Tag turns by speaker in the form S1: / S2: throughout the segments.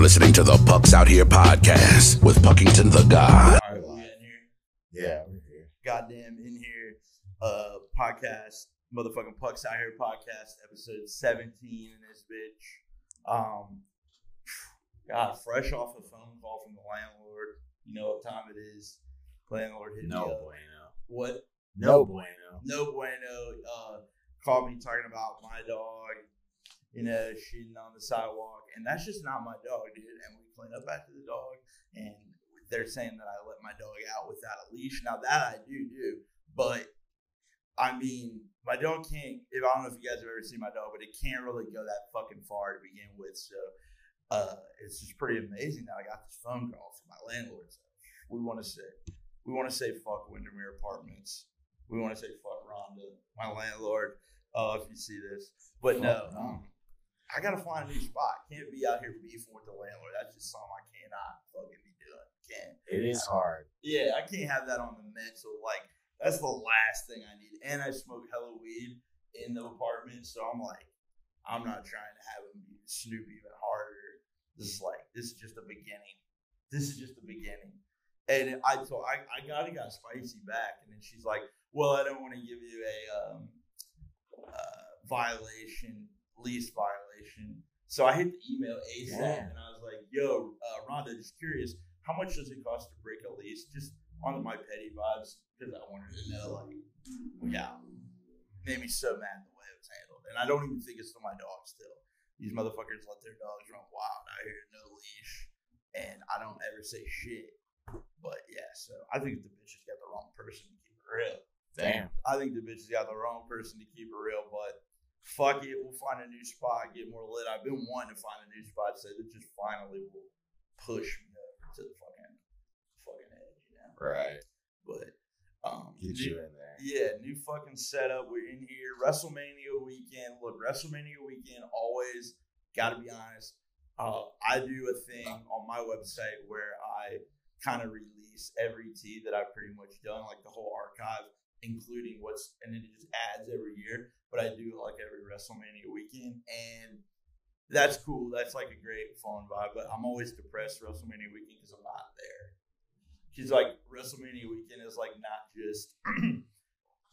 S1: listening to the Pucks Out Here podcast with Puckington the God.
S2: All right, we in here.
S3: Yeah, we're here.
S2: Goddamn in here. Uh, podcast, motherfucking pucks out here podcast, episode seventeen in this bitch. Um, God, fresh off the phone call from the landlord. You know what time it is. Landlord hit me up.
S3: bueno.
S2: What?
S3: No bueno.
S2: No bueno. Uh, called me talking about my dog. You know, shitting on the sidewalk, and that's just not my dog, dude. And we clean up after the dog, and they're saying that I let my dog out without a leash. Now that I do do, but I mean, my dog can't. If I don't know if you guys have ever seen my dog, but it can't really go that fucking far to begin with. So uh, it's just pretty amazing that I got this phone call from my landlord. So we want to say, we want to say fuck Windermere Apartments. We want to say fuck Rhonda, my landlord. Uh, if you see this, but no,
S3: Fuck
S2: um, I gotta find a new spot. Can't be out here beefing with the landlord. That's just something I cannot fucking be doing. Can't.
S3: It is hard.
S2: Yeah, I can't have that on the mental. Like that's the last thing I need. And I smoke hella weed in the apartment, so I'm like, I'm not trying to have him snoop even harder. This is like this is just the beginning. This is just the beginning. And I so I, I got it got spicy back, and then she's like, well, I don't want to give you a um, uh, violation, lease violation. So I hit the email ASAP,
S3: Yeah.
S2: and I was like, yo, uh, Rhonda, just curious how much does it cost to break a lease? Just on my petty vibes, because I wanted to know, like, yeah, made me so mad the way it was handled, and I don't even think it's to my dog still. These motherfuckers let their dogs run wild out here, no leash, and I don't ever say shit. But yeah, so I think the bitch has got the wrong person to keep it real.
S3: Damn.
S2: I think the bitch has got the wrong person to keep it real, but fuck it, we'll find a new spot, get more lit. I've been wanting to find a new spot, so this just finally will push me over to the fucking fucking edge, you know.
S3: Right.
S2: But um,
S3: Get
S2: new-
S3: you in there.
S2: yeah, new fucking setup. We're in here. WrestleMania weekend. Look, WrestleMania weekend always gotta be honest. Uh, I do a thing on my website where I kind of release every tee that I've pretty much done, like the whole archive, including what's and then it just adds every year. But I do it like every WrestleMania weekend, and that's cool. That's like a great fun vibe. But I'm always depressed WrestleMania weekend because I'm not there. She's like WrestleMania weekend is like not just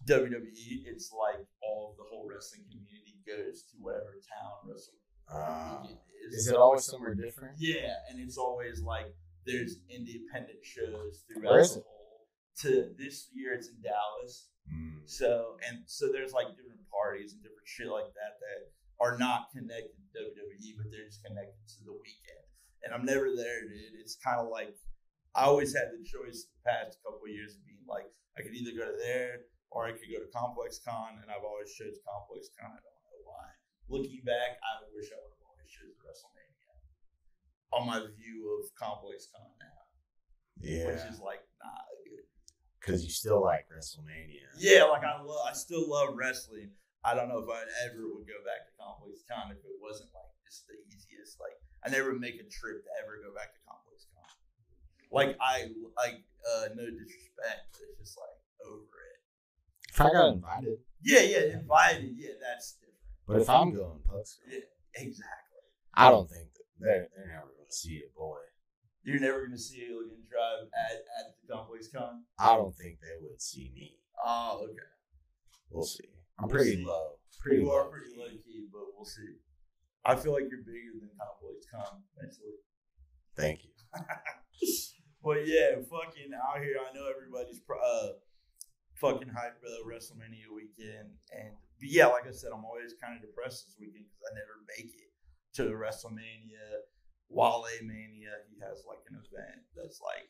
S2: WWE. It's E like all of the whole wrestling community goes to whatever town WrestleMania
S3: Uh,
S2: weekend is.
S3: is it always somewhere different?
S2: Yeah, and it's always like there's independent shows
S3: Where
S2: throughout
S3: is
S2: the
S3: it?
S2: whole. To this year, it's in Dallas.
S3: Mm.
S2: So and so, there's like different parties and different shit like that that are not connected to WWE, but they're just connected to the weekend. And I'm never there, dude. It's kind of like I always had the choice the past couple of years of being like I could either go to there or I could go to Complex Con, and I've always chose Complex Con. I don't know why. Looking back, I wish I would have always chose WrestleMania on my view of Complex Con now, which
S3: Yeah.
S2: is like not a good
S3: Because you still like WrestleMania.
S2: yeah, like I love, I still love wrestling. I don't know if I ever would go back to Complex Con if it wasn't like just the easiest. Like I never make a trip to ever go back to Complex Con. Like I like uh, no disrespect, but it's just like over it.
S3: If I got invited,
S2: Yeah, yeah, invited. Yeah, that's different.
S3: but if I'm Oh. going pucks,
S2: Exactly.
S3: I don't think they're, they're never going to see it, boy.
S2: You're never gonna see Alien Drive at at the Complex Con.
S3: I don't think they would see me.
S2: Oh, okay.
S3: We'll see. I'm
S2: We'll
S3: pretty
S2: see.
S3: low. Pretty
S2: You
S3: low.
S2: are pretty low key, but we'll see. I feel like you're bigger than Complex Con mentally.
S3: Thank you.
S2: But yeah, fucking out here. I know everybody's pro- uh, fucking hyped for the WrestleMania weekend, and but yeah, like I said, I'm always kind of depressed this weekend because I never make it to the WrestleMania. Wale Mania, he has like an event that's like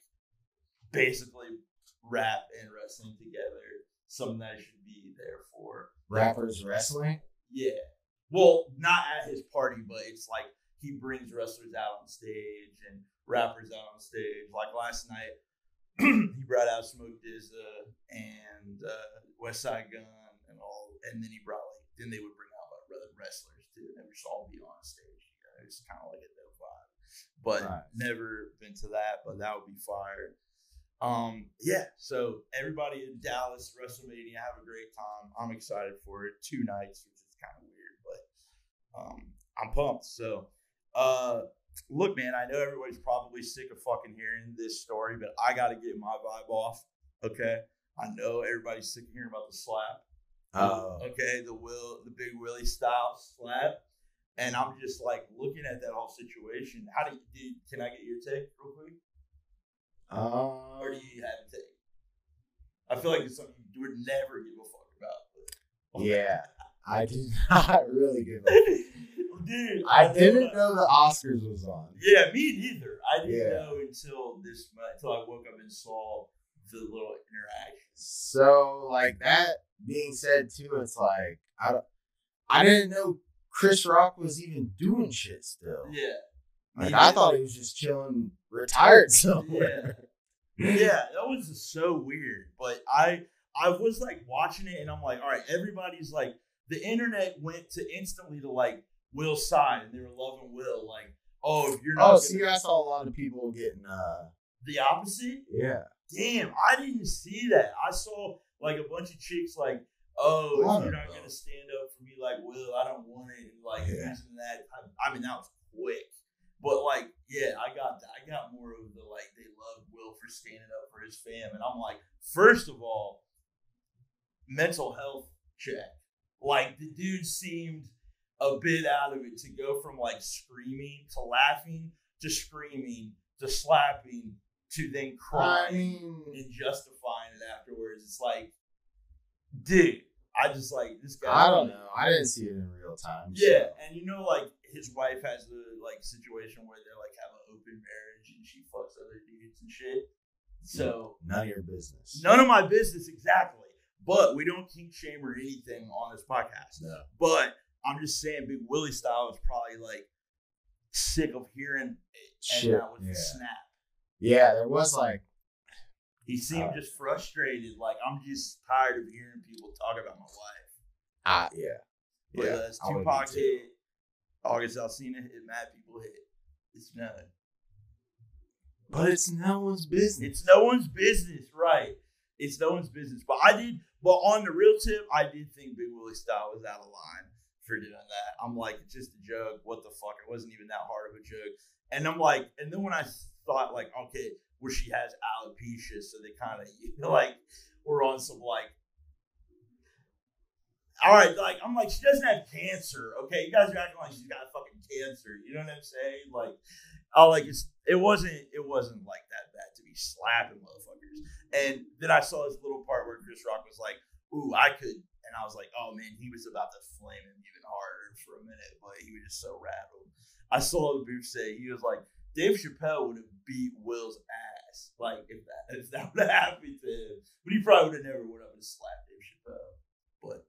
S2: basically rap and wrestling together. Something that I should be there for.
S3: Rappers wrestling?
S2: Yeah. Well, not at his party, but it's like he brings wrestlers out on stage and rappers out on stage. Like last night, he brought out Smoke Dizza and uh, West Side Gun and all, and then he brought like then they would bring out like other wrestlers too, and they would just all be on stage. You know, it's kind of like a dope vibe. But
S3: Right.
S2: never been to that, but that would be fire. Um, yeah. So everybody in Dallas, WrestleMania, have a great time. I'm excited for it. Two nights, which is kind of weird, but um, I'm pumped. So, uh, look, man, I know everybody's probably sick of fucking hearing this story, but I got to get my vibe off. Okay. I know everybody's sick of hearing about the slap.
S3: Uh,
S2: okay. The Will, the Big Willie style slap. And I'm just like looking at that whole situation. How do you, do you- can I get your take real quick?
S3: um,
S2: Or do you have a take? I feel like it's something you would never give a fuck about. but-
S3: yeah, I do not really give a.
S2: Dude,
S3: I
S2: know
S3: didn't
S2: that-
S3: know the Oscars was on.
S2: Yeah, me neither. I didn't
S3: Yeah.
S2: know until this until I woke up and saw the little interaction.
S3: So, like that being said, too, it's like I, don't- I didn't know Chris Rock was even doing shit still.
S2: Yeah.
S3: Like
S2: Me
S3: I
S2: neither.
S3: thought he was just chilling, retired
S2: Yeah.
S3: somewhere.
S2: yeah, that was just so weird. But I I was like watching it and I'm like, all right, everybody's like the internet went to instantly to like Will's side and they were loving Will, like, oh, if you're not
S3: Oh,
S2: gonna-
S3: see, I saw a lot of people getting uh,
S2: the opposite,
S3: yeah.
S2: damn, I didn't see that. I saw like a bunch of chicks like, oh,
S3: I
S2: if
S3: don't
S2: you're not
S3: know.
S2: gonna stand up for me like Will, I don't want it. And, like
S3: Yeah.
S2: using that, I, I mean that was quick, but like yeah, I got that. I got more of the like they love Will for standing up for his fam, and I'm like, first of all, mental health check. Like the dude seemed a bit out of it to go from like screaming to laughing to screaming to slapping to then crying
S3: I mean,
S2: and justifying it afterwards. It's like, dude, I just like this guy.
S3: I don't know. I didn't see it in real time. so-
S2: Yeah, and you know, like his wife has the like situation where they like have an open marriage and she fucks other dudes and shit. So
S3: None of your business.
S2: none of my business exactly. But we don't kink shame or anything on this podcast.
S3: No.
S2: But I'm just saying, Big Willie style is probably like sick of hearing it, and
S3: Shit.
S2: that was
S3: Yeah.
S2: the snap.
S3: Yeah, there was like,
S2: He seemed
S3: Uh,
S2: just frustrated. Like I'm just tired of hearing people talk about my wife.
S3: ah, yeah.
S2: But
S3: Yeah,
S2: uh, it's
S3: I would be
S2: Tupac
S3: too.
S2: hit, August Alsina hit, Mad People hit. It's none.
S3: But it's no one's business.
S2: It's no one's business, right? It's no one's business. But I did. But on the real tip, I did think Big Willie Style was out of line for doing that. I'm like, it's just a joke. What the fuck? It wasn't even that hard of a joke. And I'm like, and then when I thought like, okay, where she has alopecia, so they kind of you know, like we're on some like. All right, like I'm like she doesn't have cancer. Okay, you guys are acting like she's got fucking cancer. You know what I'm saying? Like, I like it's it wasn't it wasn't like that bad to be slapping motherfuckers. And then I saw this little part where Chris Rock was like, "Ooh, I could," and I was like, "Oh man, he was about to flame him even harder for a minute, but he was just so rattled." I saw the booth say he was like, "Dave Chappelle would have beat Will's ass, like if that if that would have happened to him, but he probably would have never went up and slapped Dave Chappelle, but."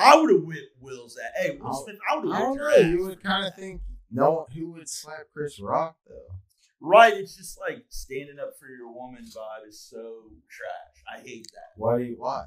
S2: I would have whipped Will's ass. Hey, Will
S3: I'll-
S2: Smith, I would
S3: I
S2: have
S3: don't
S2: whipped your
S3: know.
S2: ass.
S3: You would kind of think no one who would slap Chris Rock though.
S2: Right, it's just like standing up for your woman vibe is so trash. I hate that.
S3: Why do you why?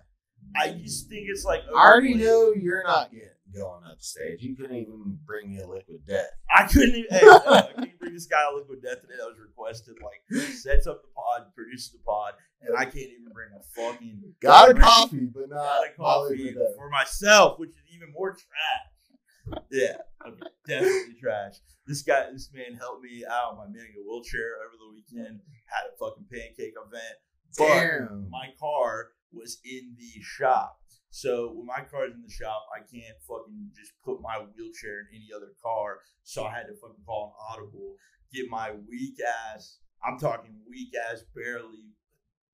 S2: I just think it's like
S3: I already
S2: overplayed.
S3: know you're not getting going upstage. You couldn't even bring me a liquid death.
S2: I couldn't even. Hey, uh, can you bring this guy a liquid death today that was requested? Like sets up the pod, produces the pod, and I can't even bring a fucking
S3: Got a
S2: Bring-
S3: coffee, but not
S2: got a
S3: my
S2: coffee
S3: liquid death.
S2: for myself, which is even more trash. Yeah, okay, definitely trash. This guy, this man helped me out. My man in a wheelchair over the weekend had a fucking pancake event. But
S3: Damn.
S2: my car was in the shop. So when my car's in the shop, I can't fucking just put my wheelchair in any other car. So I had to fucking call an audible, get my weak ass. I'm talking weak ass, barely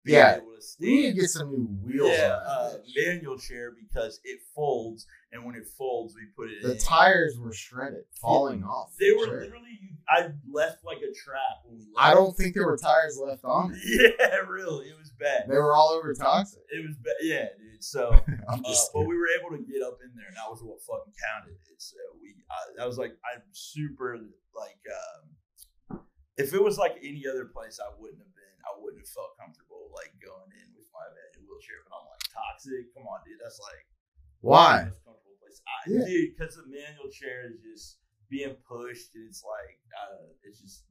S2: being
S3: Yeah.
S2: able to
S3: we need
S2: stand.
S3: to get some new wheels
S2: yeah,
S3: on
S2: uh,
S3: that bitch.
S2: manual chair because it folds, and when it folds, we put it
S3: The
S2: in.
S3: tires were shredded, falling off.
S2: They were
S3: Sure.
S2: literally. I left like a trap. When we left.
S3: I don't think there were tires left on. it.
S2: Yeah, really, it was bad.
S3: They were all over toxic.
S2: It was bad. Yeah, dude. So.
S3: I'm
S2: Uh,
S3: just
S2: but
S3: kidding.
S2: we were able to get up in there, and that was what fucking counted. It so we I, that was like I'm super like um, if it was like any other place, I wouldn't have been. I wouldn't have felt comfortable like going in with my man in wheelchair. But I'm like toxic. Come on, dude. That's like
S3: Why?
S2: the most comfortable place. I,
S3: Yeah.
S2: Dude, because the manual chair is just being pushed, and it's like uh, it's just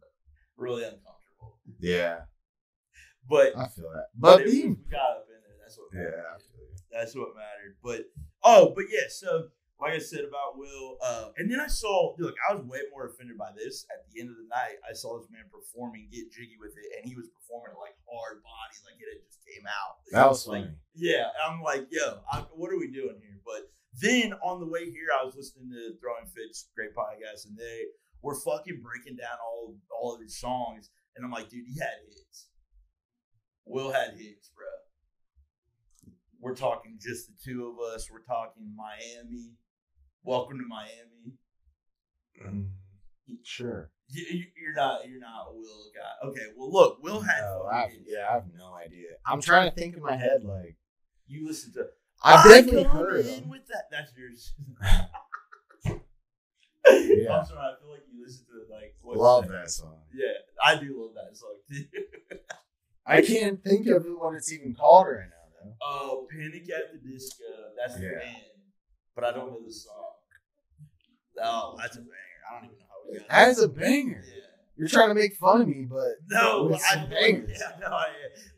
S2: really uncomfortable.
S3: Yeah,
S2: But
S3: I feel that.
S2: but
S3: But
S2: it was, we
S3: being
S2: got up in there. That's what
S3: yeah,
S2: mattered.
S3: I feel you.
S2: That's what mattered. But oh, but yeah. So like I said about Will, uh, and then I saw. Look, I was way more offended by this. At the end of the night, I saw this man performing, get jiggy with it, and he was performing like hard body, like it had just came out.
S3: That was
S2: like,
S3: funny.
S2: yeah, and I'm like, yo, I, what are we doing here? But then on the way here, I was listening to Throwing Fits, great podcast, and they were fucking breaking down all all of his songs, and I'm like, dude, he had hits. Will had hits, bro. We're talking just the two of us. We're talking Miami. Welcome to Miami.
S3: Mm, Sure.
S2: You, you- you're not you're not a Will guy. Okay, well look, Will had
S3: No,
S2: fucking
S3: I,
S2: hits.
S3: yeah, I have no idea. I'm trying to think in my head. Like
S2: You listen to
S3: I've
S2: I
S3: definitely
S2: come
S3: heard
S2: in
S3: them.
S2: With that, that's yours.
S3: Yeah.
S2: I'm sorry. I feel like you listen to like what's
S3: Love
S2: that?
S3: that song.
S2: Yeah, I do love that song.
S3: I can't think of what it's even called right now though.
S2: oh, Panic at the Disco. That's the
S3: Yeah.
S2: band, but I don't know the song. Oh, that's a banger. I don't even know how we got
S3: That is
S2: there.
S3: a banger.
S2: Yeah.
S3: You're trying to make fun of me, but
S2: No,
S3: With
S2: I,
S3: some bangers.
S2: yeah, no, I,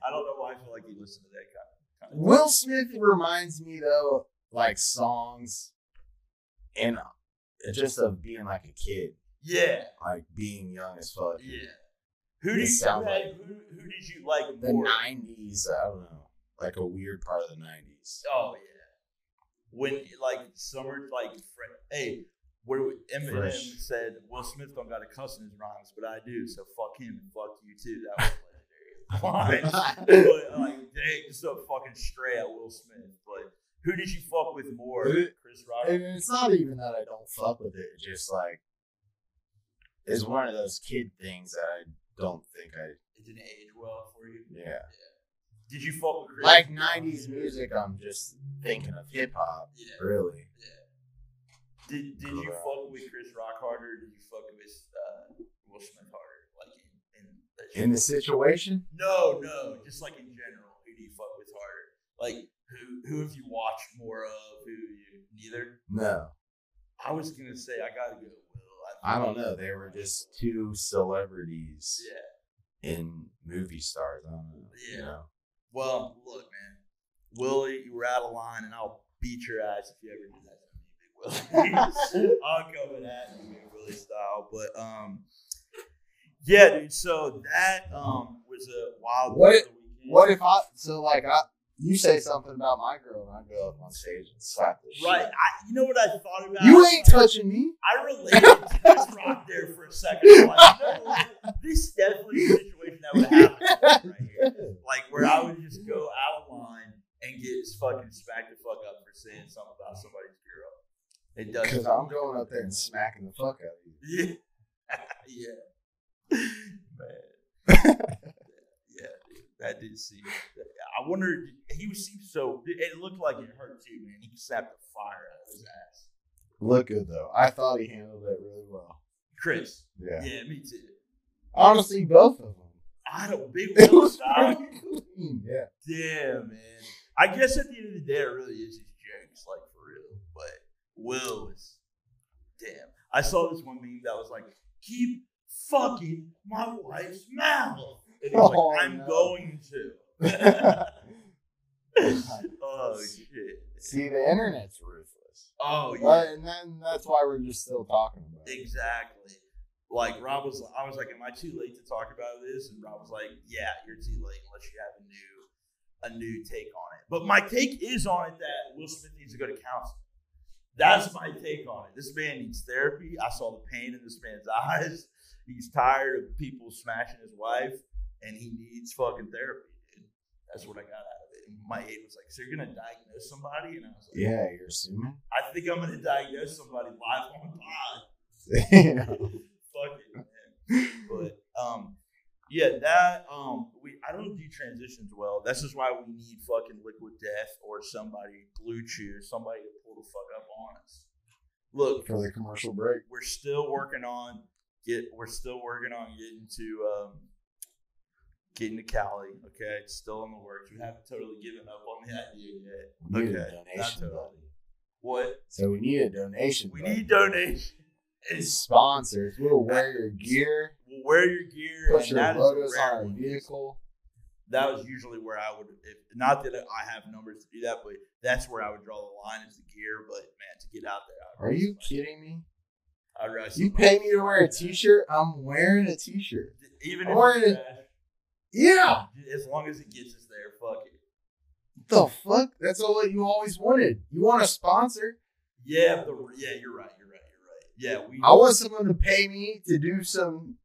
S2: I don't know why I feel like you listen to that kind of. Kind of
S3: Will Smith reminds me though, like songs, and uh, just of being like a kid,
S2: yeah,
S3: like being young as fuck.
S2: yeah. Who
S3: It
S2: did you
S3: sounds
S2: like,
S3: like-
S2: who, who did you like
S3: The
S2: more?
S3: '90s, I don't know, like a weird part of the '90s.
S2: Oh yeah. When like summer like fre- hey, where we- Eminem
S3: Fresh.
S2: said Will Smith don't got a cuss in his rhymes, but I do, so fuck him and fuck you too. That was legendary. Fine. but like dang, just so fucking straight at Will Smith. But who did you fuck with more?
S3: Who-
S2: Chris Rock.
S3: And it's not even that I don't fuck with it. It's just like it's one of those kid things that I don't think I.
S2: It didn't age well for you.
S3: Yeah,
S2: Did you fuck with Chris?
S3: like '90s music. I'm just thinking of hip hop,
S2: Yeah.
S3: really.
S2: Did, did you
S3: Correct.
S2: fuck with Chris Rock harder? Did you fuck with uh, Will Smith harder? Like in, in the
S3: In the situation,
S2: No, no, just like in general, who do you fuck with harder? Like who who have you watched more of? Who you neither?
S3: no.
S2: I was gonna say I gotta go with Will.
S3: I don't know. They were just two celebrities
S2: yeah.
S3: and movie stars. I don't know.
S2: Yeah.
S3: You know?
S2: Well, look, man, Willie, you were out of line, and I'll beat your ass if you ever do that to me, Big Willie. I'll come at you, Big Willie style. But um, yeah, dude. So that um was a wild.
S3: What-
S2: weekend.
S3: What if I? So like I, you say something about my girl, and I go up on stage and slap the
S2: Right,
S3: shit.
S2: I, you know what I thought about?
S3: You ain't touching me.
S2: I related to this rock there for a second. I'm Like, no, this is definitely a situation that would happen right here. Like where I would just go out of line and get fucking smacked the fuck up for saying something about somebody's girl. It does.
S3: Because I'm going up there and smacking the fuck out of you.
S2: Yeah. yeah. Man. yeah, dude, that did seem. I wonder. He was seemed so. It looked like it hurt too, man. He snapped the fire out of his ass.
S3: Look good though. I thought he handled it really well.
S2: Chris.
S3: Yeah.
S2: Yeah, me too.
S3: Honestly, both of them.
S2: I don't big
S3: It
S2: Will
S3: was
S2: style.
S3: pretty
S2: Mm,
S3: clean. Yeah.
S2: Damn, man. I guess at the end of the day, it really is his jokes, like for real. But Will is damn. I saw this one meme that was like, "Keep fucking my wife's mouth," and he was
S3: Oh,
S2: like, "I'm
S3: no.
S2: going to." oh shit.
S3: See, the internet's ruthless.
S2: Oh
S3: But,
S2: yeah,
S3: and then that's why we're just still talking about it.
S2: exactly. Like Rob was, I was like, "Am I too late to talk about this?" And Rob was like, "Yeah, you're too late unless you have a new." A new take on it, but my take is on it that Will Smith needs to go to counseling. That's my take on it. This man needs therapy. I saw the pain in this man's eyes. He's tired of people smashing his wife, and he needs fucking therapy, dude. That's what I got out of it. And my aide was like, "So you're gonna diagnose somebody?" And I was like,
S3: Yeah, you're assuming.
S2: I think I'm gonna diagnose somebody live on pod."
S3: yeah.
S2: Fuck it, man. But um, yeah, that um, we I don't do transitions well. That's just why we need fucking liquid death or somebody blue chew, somebody to pull the fuck up on us. Look,
S3: For the commercial break.
S2: we're still working on get. We're still working on getting to um, getting to Cali. Okay, it's still in the works. We haven't totally given up on the idea yet.
S3: We need a
S2: Okay,
S3: donation
S2: not totally.
S3: button.
S2: What
S3: So we need a donation.
S2: we
S3: button.
S2: need donations.
S3: sponsors. We'll wear your gear,
S2: we'll wear your gear
S3: put
S2: and
S3: your
S2: that is a
S3: logos
S2: rare
S3: on our
S2: one.
S3: vehicle.
S2: that was usually where I would, if, not that I have numbers to do that, but that's where I would draw the line is the gear. But man, to get out there,
S3: Are you kidding me?
S2: I wrestle.
S3: You pay me to wear a T-shirt. I'm wearing a T-shirt.
S2: even
S3: Or-
S2: if it's trash,
S3: Yeah.
S2: as long as it gets us there, fuck it.
S3: The fuck? That's all that you always wanted. You want a sponsor?
S2: Yeah, the, yeah, you're right, you're right, you're right. Yeah, we.
S3: I want someone to pay me to do some.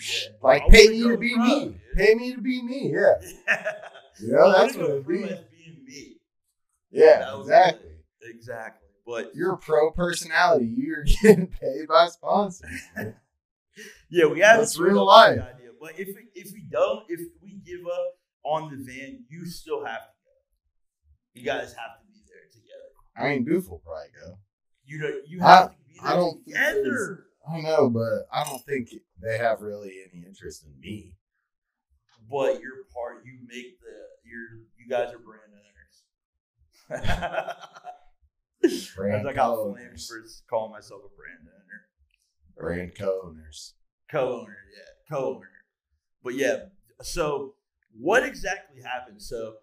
S2: Yeah.
S3: Like
S2: I
S3: pay
S2: wanna
S3: me
S2: go
S3: to be
S2: pro,
S3: me.
S2: dude.
S3: Pay me to be me. Yeah.
S2: I
S3: Yeah,
S2: wanna
S3: that's
S2: go
S3: what it'd
S2: pro
S3: be.
S2: as being me. That
S3: Yeah,
S2: was
S3: exactly.
S2: it. Exactly. But
S3: You're a pro personality. You're getting paid by sponsors.
S2: Yeah, we have
S3: That's real life.
S2: Idea. But if we, if we don't, if we give up on the van, you still have to go. You guys have to be there together.
S3: I mean, Boof will probably go.
S2: You don't. You
S3: I-
S2: have to be there
S3: I don't think
S2: together.
S3: I don't know, but I don't think they have really any interest in me.
S2: But your part, you make the your. You guys are brand owners. As
S3: Brand
S2: I got flamed
S3: co-owners.
S2: for calling myself a brand owner,
S3: Brand co-owners.
S2: co-owner, yeah, co-owner. But yeah, so what exactly happened? So,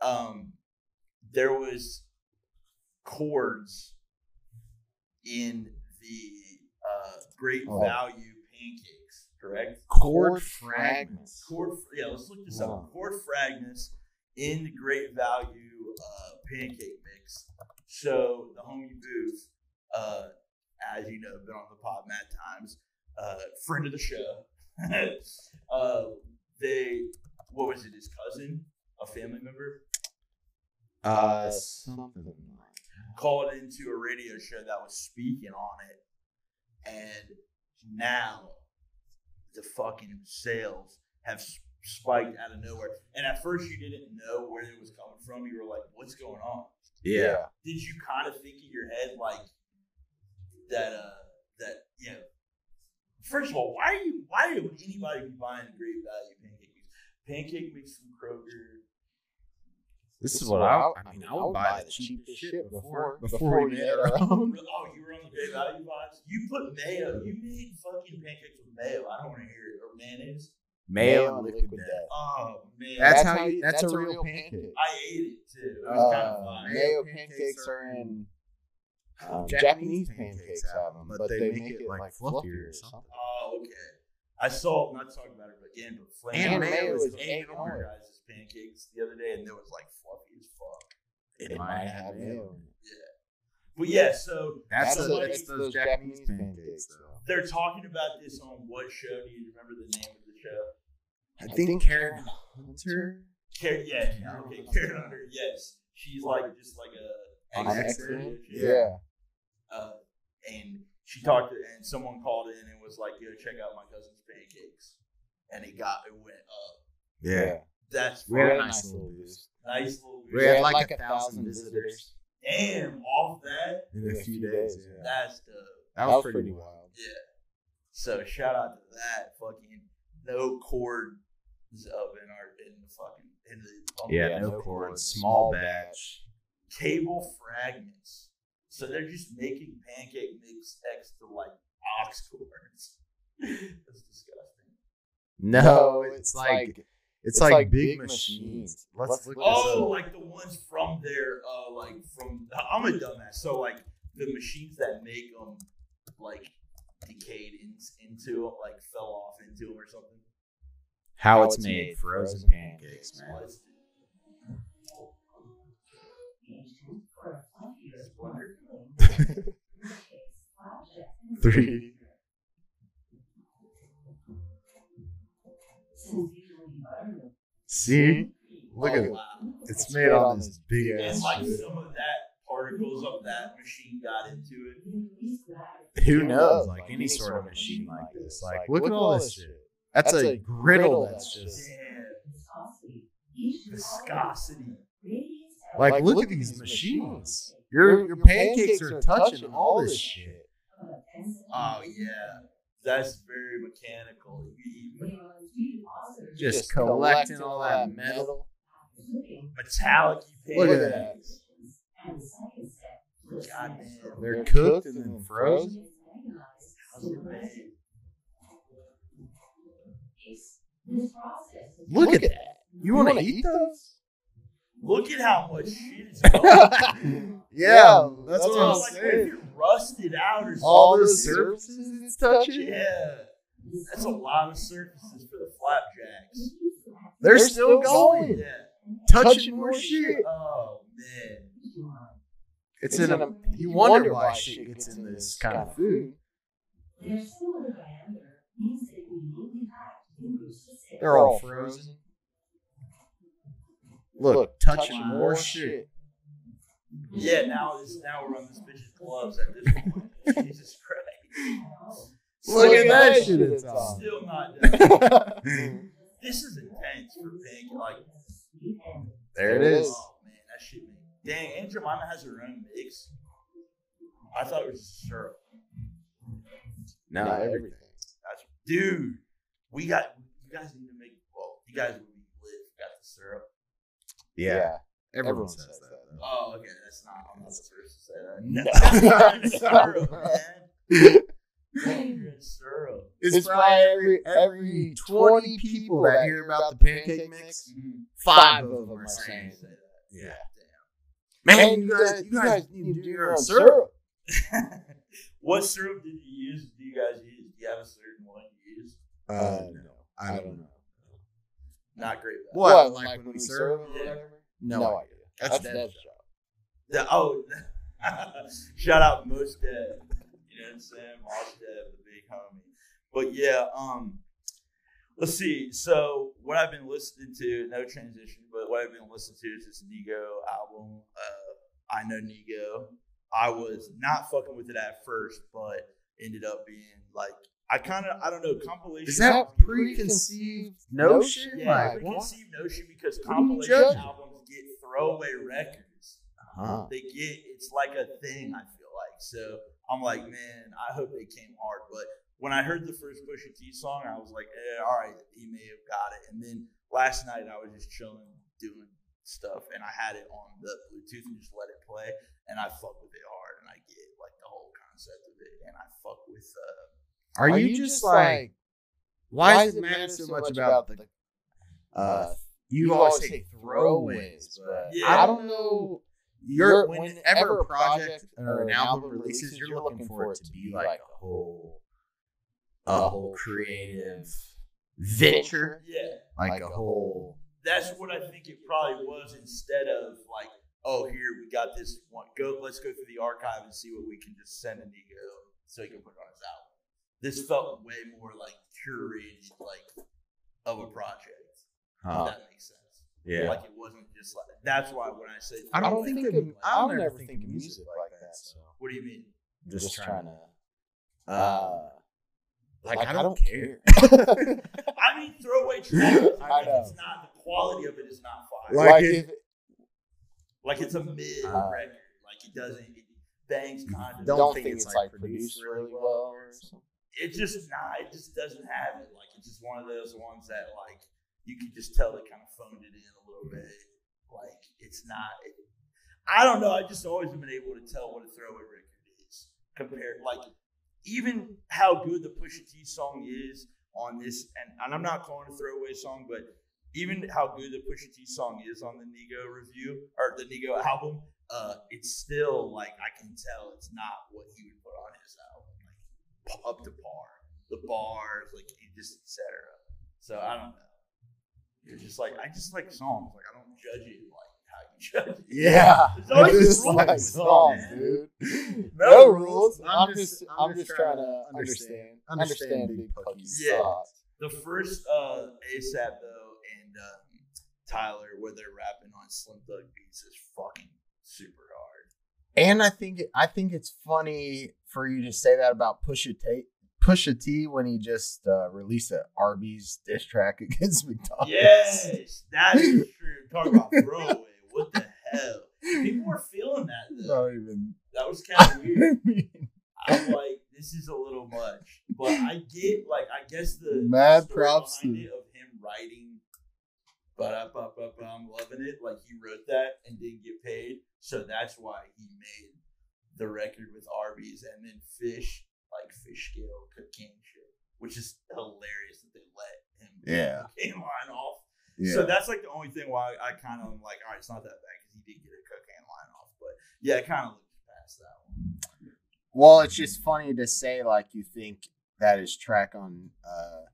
S2: um, there was chords in the uh, Great
S3: Oh.
S2: Value pancakes, correct?
S3: Chord fragments.
S2: Chord, yeah. Let's look this
S3: Wow.
S2: up. Chord fragments in the Great Value uh, pancake mix. So the homie Booth, uh, as you know, been on the pod mad times, uh, friend of the show. uh, they, what was it? His cousin, a family member,
S3: Uh, something like
S2: called into a radio show that was speaking on it, and now the fucking sales have s- spiked out of nowhere. And at first, you didn't know where it was coming from. You were like, "What's going on?"
S3: yeah.
S2: Did you kind of think in your head like that? uh That you know, first of all, why are you? Why would anybody be buying great value pancake mix? Pancake mix from Kroger.
S4: This is what I, I mean. I would buy the cheapest shit before before we had our own.
S2: Really? Oh, you were on the Great Value Vibes? You put mayo. You made fucking pancakes with mayo. I don't want to hear it. Or mayonnaise.
S4: Mayo and liquid death.
S2: Oh, man.
S4: That's, how. You, that's, a real pancake.
S2: I ate it, too. It was kind of
S4: Uh,
S2: fun.
S4: mayo pancakes are in um, Japanese pancakes have them, but they make it like fluffier or something.
S2: Oh, okay. I saw, not talking about it again, but Flamin'
S4: And
S2: Mayo
S4: mayo
S2: was
S4: is
S2: egging
S4: egg
S2: on
S4: on.
S2: your guys' pancakes the other day, and it was like fluffy as fuck.
S4: It might have mayo. in it.
S2: But yeah, so
S4: That's, a,
S2: somebody-
S4: that's those Japanese pancakes. Though.
S2: they're talking about this on what show? Do you remember the name of the show?
S4: I think Karen Hunter.
S2: Car- yeah, okay, Karen Hunter, yes. She's like just like a
S4: On accident?
S2: Yeah.
S4: Yeah.
S2: Uh, and she talked to, and someone called in and was like, "Yo, check out my cousin's pancakes," and it got it went up.
S3: Yeah.
S2: That's
S4: We had a
S2: fucking
S4: nice little boost.
S2: nice little.
S4: We had like a thousand visitors
S2: Damn, off that,
S3: In a few days. Yeah.
S2: that's the
S4: That was pretty wild.
S2: yeah. So shout out to that fucking no cord is up in our in the fucking in the
S4: Yeah, no cords, small batch.
S2: table fragments. So they're just making pancake mix next to like ox cords. That's disgusting.
S4: No, it's like it's like big machines. Let's look this
S2: Oh,
S4: up.
S2: like the ones from their uh, like from I'm a dumbass. So like the machines that make them like decayed in, into like fell off into them or something.
S4: How it's made frozen pancakes, man.
S2: Sliced it. Splendor.
S4: Three. See, look
S2: Oh,
S4: at it.
S2: wow.
S4: It's made on this big
S2: And
S4: ass.
S2: like
S4: shit.
S2: some of that particles of that machine got into it.
S4: Who knows? Like any sort of machine like this. Like look at all this shit. That's a griddle. That's just
S2: Damn,
S5: Disgusting.
S2: viscosity.
S4: like look at these machines. Your your pancakes are touching all this shit.
S2: Oh yeah, that's very mechanical.
S4: Just collecting all that metal.
S2: Metallic. you
S4: Look
S2: pick.
S4: at that.
S2: God damn.
S4: They're cooked and then frozen.
S2: How's it made?
S4: Look at that. You want to eat those?
S2: Look at how much shit is gone.
S4: Yeah,
S3: that's
S4: that's, what,
S3: what
S4: I'm
S3: I'm
S2: like,
S4: saying.
S2: if you're rusted out or something.
S4: All the
S3: those
S4: surfaces it's touching.
S2: yeah. That's a lot of surfaces for the flapjacks. Oh,
S4: They're, still going,
S2: Yeah.
S4: touching, more shit.
S2: Oh man.
S4: It's, in, a, you wonder why shit gets in this kind of food.
S5: Their silver diameter means that we will be back in the system.
S4: They're all frozen. Look, touching more shit.
S2: Yeah, now this now we're on this bitch's gloves at this point. Jesus Christ.
S4: Look at that shit.
S3: shit
S4: It's on.
S2: Still not done. This is intense for Pink. Like
S4: there it is.
S2: Oh man, that shit man. Dang, Aunt Jemima has her own mix. I thought it was just syrup.
S4: Now everything.
S2: That's dude. We got you guys need to make well, you guys would be lit if you got the syrup.
S4: Yeah, everyone,
S3: everyone
S4: says,
S3: says
S4: that.
S2: Oh, okay, that's not I'm not the first to say that. No. syrup, man. You're in syrup.
S4: It's, probably every every twenty people that hear about the pancake mix, five of them are saying,
S2: Say that.
S4: "Yeah,
S3: Man, you guys, you guys need to do your own syrup.
S2: Mm-hmm. what syrup did you use? Do you guys use? Do you have a certain one you use?
S4: uh, no, I
S3: I
S4: don't,
S3: don't
S4: know."
S3: know.
S2: Not great. though.
S4: What,
S3: What,
S4: like,
S3: like
S4: when
S3: when
S4: we
S3: we
S4: serve?
S3: serve
S2: or Yeah.
S4: No,
S3: No
S4: idea.
S3: idea.
S4: That's,
S3: That's
S4: Dev's
S3: Dev's
S4: job.
S2: The, oh, shout out Most Deb. You know what I'm saying? Most Deb, the big homie. But yeah, um, let's see. So what I've been listening to, no transition, but what I've been listening to is this Nigo album. Uh, I know Nigo. I was not fucking with it at first, but ended up being like, I kind of, I don't know, compilation.
S4: Is that preconceived notion?
S2: Yeah,
S4: Like,
S2: but
S4: what?
S2: conceived notion because
S4: What are you
S2: compilation
S4: judging?
S2: albums get throwaway records
S4: Huh.
S2: they get it's like a thing I feel like. So I'm like, man, I hope they came hard. But when I heard the first Pusha T song, I was like, eh, all right, he may have got it. And then last night I was just chilling, doing stuff, and I had it on the Bluetooth and just let it play, and I fuck with it hard, and I get like the whole concept of it, and I fuck with uh,
S4: Are, you, just, like? Why, does it matter so much about the? Uh,
S3: uh,
S4: you always say throwaways, but
S2: Yeah.
S4: I don't know. You're, whenever a project or an album releases, you're looking for it to be like a whole, a whole creative venture,
S2: yeah.
S4: like a whole.
S2: That's what I think it probably was instead of like, oh, here we got this one. Go, let's go through the archive and see what we can just send an ego so he can put it on his album. This felt way more like curated, like of a project. If
S4: Huh.
S2: that makes sense.
S4: Uh-huh. Yeah.
S2: Like it wasn't just like that's why when I say
S4: I
S3: I
S4: don't
S3: don't
S4: think
S3: think
S4: of-
S3: of,
S4: I'll
S3: I'll never
S4: never
S3: think of music like that. So
S2: "Oh, what do you mean?
S4: Just,
S3: just
S4: trying,
S3: trying to,
S4: uh,
S3: uh,
S4: like,
S3: like,
S4: I, don't care.
S2: I mean throwaway tracks.
S3: I
S2: Like, It's
S3: know.
S2: not the quality of it is not fire.
S4: Like,
S3: Like
S4: if,
S2: Like it's a mid
S3: Uh,
S2: record. Like it doesn't it bangs kind of
S4: don't
S3: don't,
S4: think
S3: think,
S4: it's,
S3: it's,
S4: like,
S3: like produced,
S4: produced
S3: really well or something.
S2: it's just nah, it just doesn't have it. Like it's just one of those ones that like you can just tell they kind of phoned it in a little bit. Like it's not. It, I don't know. I just always been able to tell what a throwaway record is compared. Like even how good the Pusha T song is on this, and, and I'm not calling it a throwaway song, but even how good the Pusha T song is on the Nigo review or the Nigo album, uh, it's still like I can tell it's not what he would put on his album, like p- up to par. The bars, like it just etc. So I don't know. You're just like I just like songs. Like I don't judge it like how you judge. It.
S4: yeah,
S2: There's always
S4: It's
S2: rules, man.
S4: like songs,
S3: dude.
S4: No
S3: No
S4: rules.
S3: rules.
S4: I'm
S3: I'm
S4: just-
S3: just, I'm just trying to understand,
S4: understand
S3: understand
S4: Big
S3: Big
S4: Pucky's
S3: Pucky's
S2: Yeah.
S3: thoughts.
S2: The first uh ASAP though and um, Tyler where they're rapping on Slim Thug beats is fucking super hard.
S4: and I think I think it's funny for you to say that about Pusha T. Pusha T when he just uh, released an Arby's diss track against McDonald's.
S2: Yes, that is true. Talk about throwaway. What the hell? People were feeling that though.
S4: not even.
S2: That was kind of weird.
S4: mean,
S2: I'm like, this is a little much. But I get like I guess the
S4: Mad
S2: story
S4: props
S2: behind
S4: to-
S2: it of him writing but I'm loving it. Like he wrote that and didn't get paid. So that's why he made the record with Arby's and then Fish, like fish scale cocaine shit, which is hilarious that they let him
S4: Yeah.
S2: cocaine line off.
S4: Yeah.
S2: So that's like the only thing why I kind of am like, all right, it's not that bad because he did get a cocaine line off. But yeah, I kind of looked past that one.
S3: Well, it's just funny to say like you think that his track on uh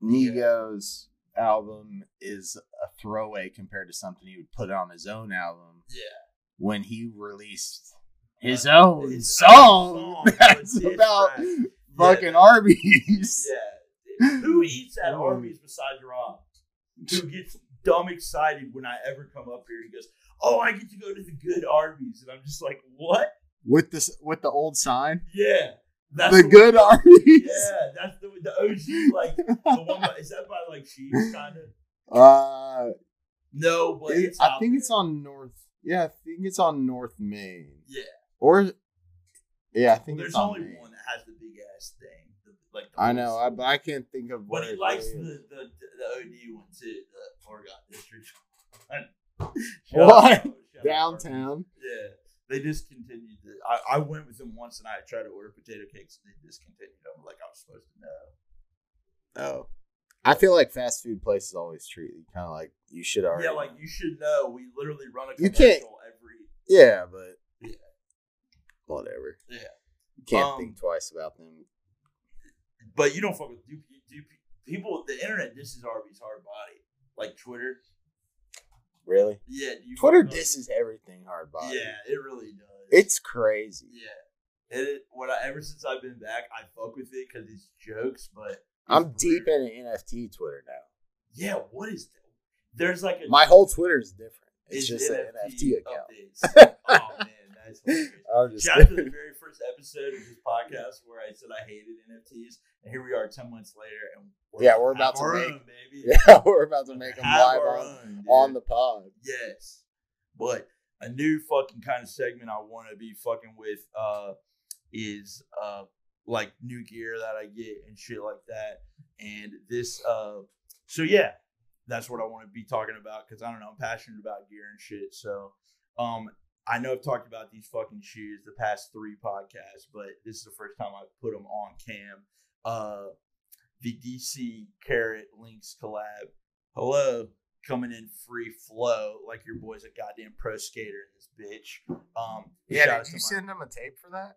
S3: Nego's album is a throwaway compared to something he would put on his own album
S2: Yeah.
S3: when he released his
S2: Uh,
S3: own
S2: his own
S3: song.
S2: song,
S3: That's
S2: with his
S3: about
S2: track.
S3: fucking Arby's.
S2: Yeah. Who eats at Arby's besides Rob? Who gets dumb excited when I ever come up here? He goes, "Oh, I get to go to the good Arby's," and I'm just like, "What?
S3: With this with the old sign.
S2: Yeah, that's
S3: The
S2: one-
S3: good Arby's.
S2: Yeah, that's the the OG like the one. By, is that by like Sheets kind of?
S3: Uh
S2: No, but
S3: it-
S2: it's
S3: I
S2: out
S3: think
S2: there.
S3: it's on North yeah, I think it's on North Main.
S2: Yeah,
S3: Or yeah, I think
S2: Well, there's
S3: it's on
S2: only
S3: Main.
S2: one that has the big ass thing. the- like the
S3: I
S2: whole
S3: know, I, but I can't think of what
S2: But he
S3: it
S2: likes
S3: really is.
S2: the, the the OD one too, the Oregon District.
S3: What?
S2: Shout out.
S3: downtown.
S2: Yeah, they discontinued it. I, I went with them once and I tried to order potato cakes and they discontinued them. Like I was supposed to know.
S3: Oh. I feel like fast food places always treat you kind of like you should already.
S2: Yeah, like you should know. We literally run a commercial
S3: You can't-
S2: every.
S3: Yeah, but
S2: Yeah.
S3: whatever.
S2: Yeah.
S3: You can't
S2: Um,
S3: think twice about them.
S2: But you don't fuck with do, you- do you- people. The internet disses Arby's hard body, like Twitter.
S3: Really?
S2: Yeah, do you
S3: Twitter
S2: fuck with-
S3: disses everything hard body.
S2: Yeah, it really does.
S3: It's crazy.
S2: yeah. It, what I ever since I've been back, I fuck with it because it's jokes, but it's
S3: I'm deep
S2: weird.
S3: into NFT Twitter now.
S2: Yeah, what is that? There's like a
S3: My whole Twitter is different. It's
S2: is
S3: just an NFT account.
S2: updates. oh man, that's hilarious.
S3: I'm just
S2: Shout out to the very first episode of this podcast where I said I hated NFTs, and here we are ten months later, and
S3: Yeah, we're
S2: half
S3: about to
S2: our
S3: make-
S2: own, baby.
S3: Yeah, we're about to make them
S2: Half
S3: live
S2: our
S3: on,
S2: own, dude.
S3: on the pod.
S2: Yes. But a new fucking kind of segment I want to be fucking with uh is uh like new gear that I get and shit like that. And this uh so yeah, that's what I want to be talking about cuz I don't know, I'm passionate about gear and shit. So um I know I've talked about these fucking shoes the past 3 podcasts, but this is the first time I've put them on cam. Uh the DC Carrot Links collab. Hello coming in free flow like your boy's a goddamn pro skater in this bitch. Um, shout out to my-
S3: them a tape for that?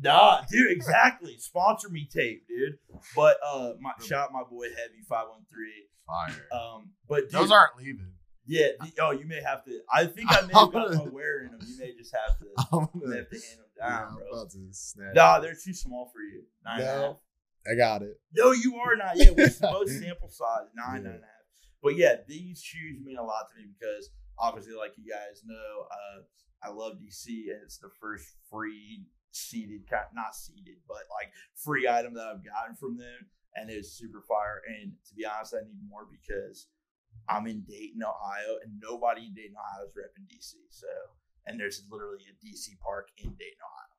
S2: Nah, dude, exactly. Sponsor me tape, dude. But uh, my shout out my boy Heavy Five One Three.
S4: Fire.
S3: Uh,
S2: Um, but dude,
S4: Those aren't leaving.
S2: yeah. The, oh, you may have to. I think I may have got my wear in them. You may just have to.
S4: I'm
S2: you may have to hand them down,
S4: I'm
S2: bro.
S4: about to snatch.
S2: Nah, they're too small for you. Nine and a
S4: No.
S2: half.
S4: I got it.
S2: No, you are not. Yeah, we're both sample size nine, nine and a half. But yeah, these shoes mean a lot to me because obviously, like you guys know, uh, I love DC, and it's the first free seated, kind not seated, but like free item that I've gotten from them, and it's super fire. And to be honest, I need more because I'm in Dayton, Ohio, and nobody in Dayton, Ohio is repping DC. So, and there's literally a DC park in Dayton, Ohio,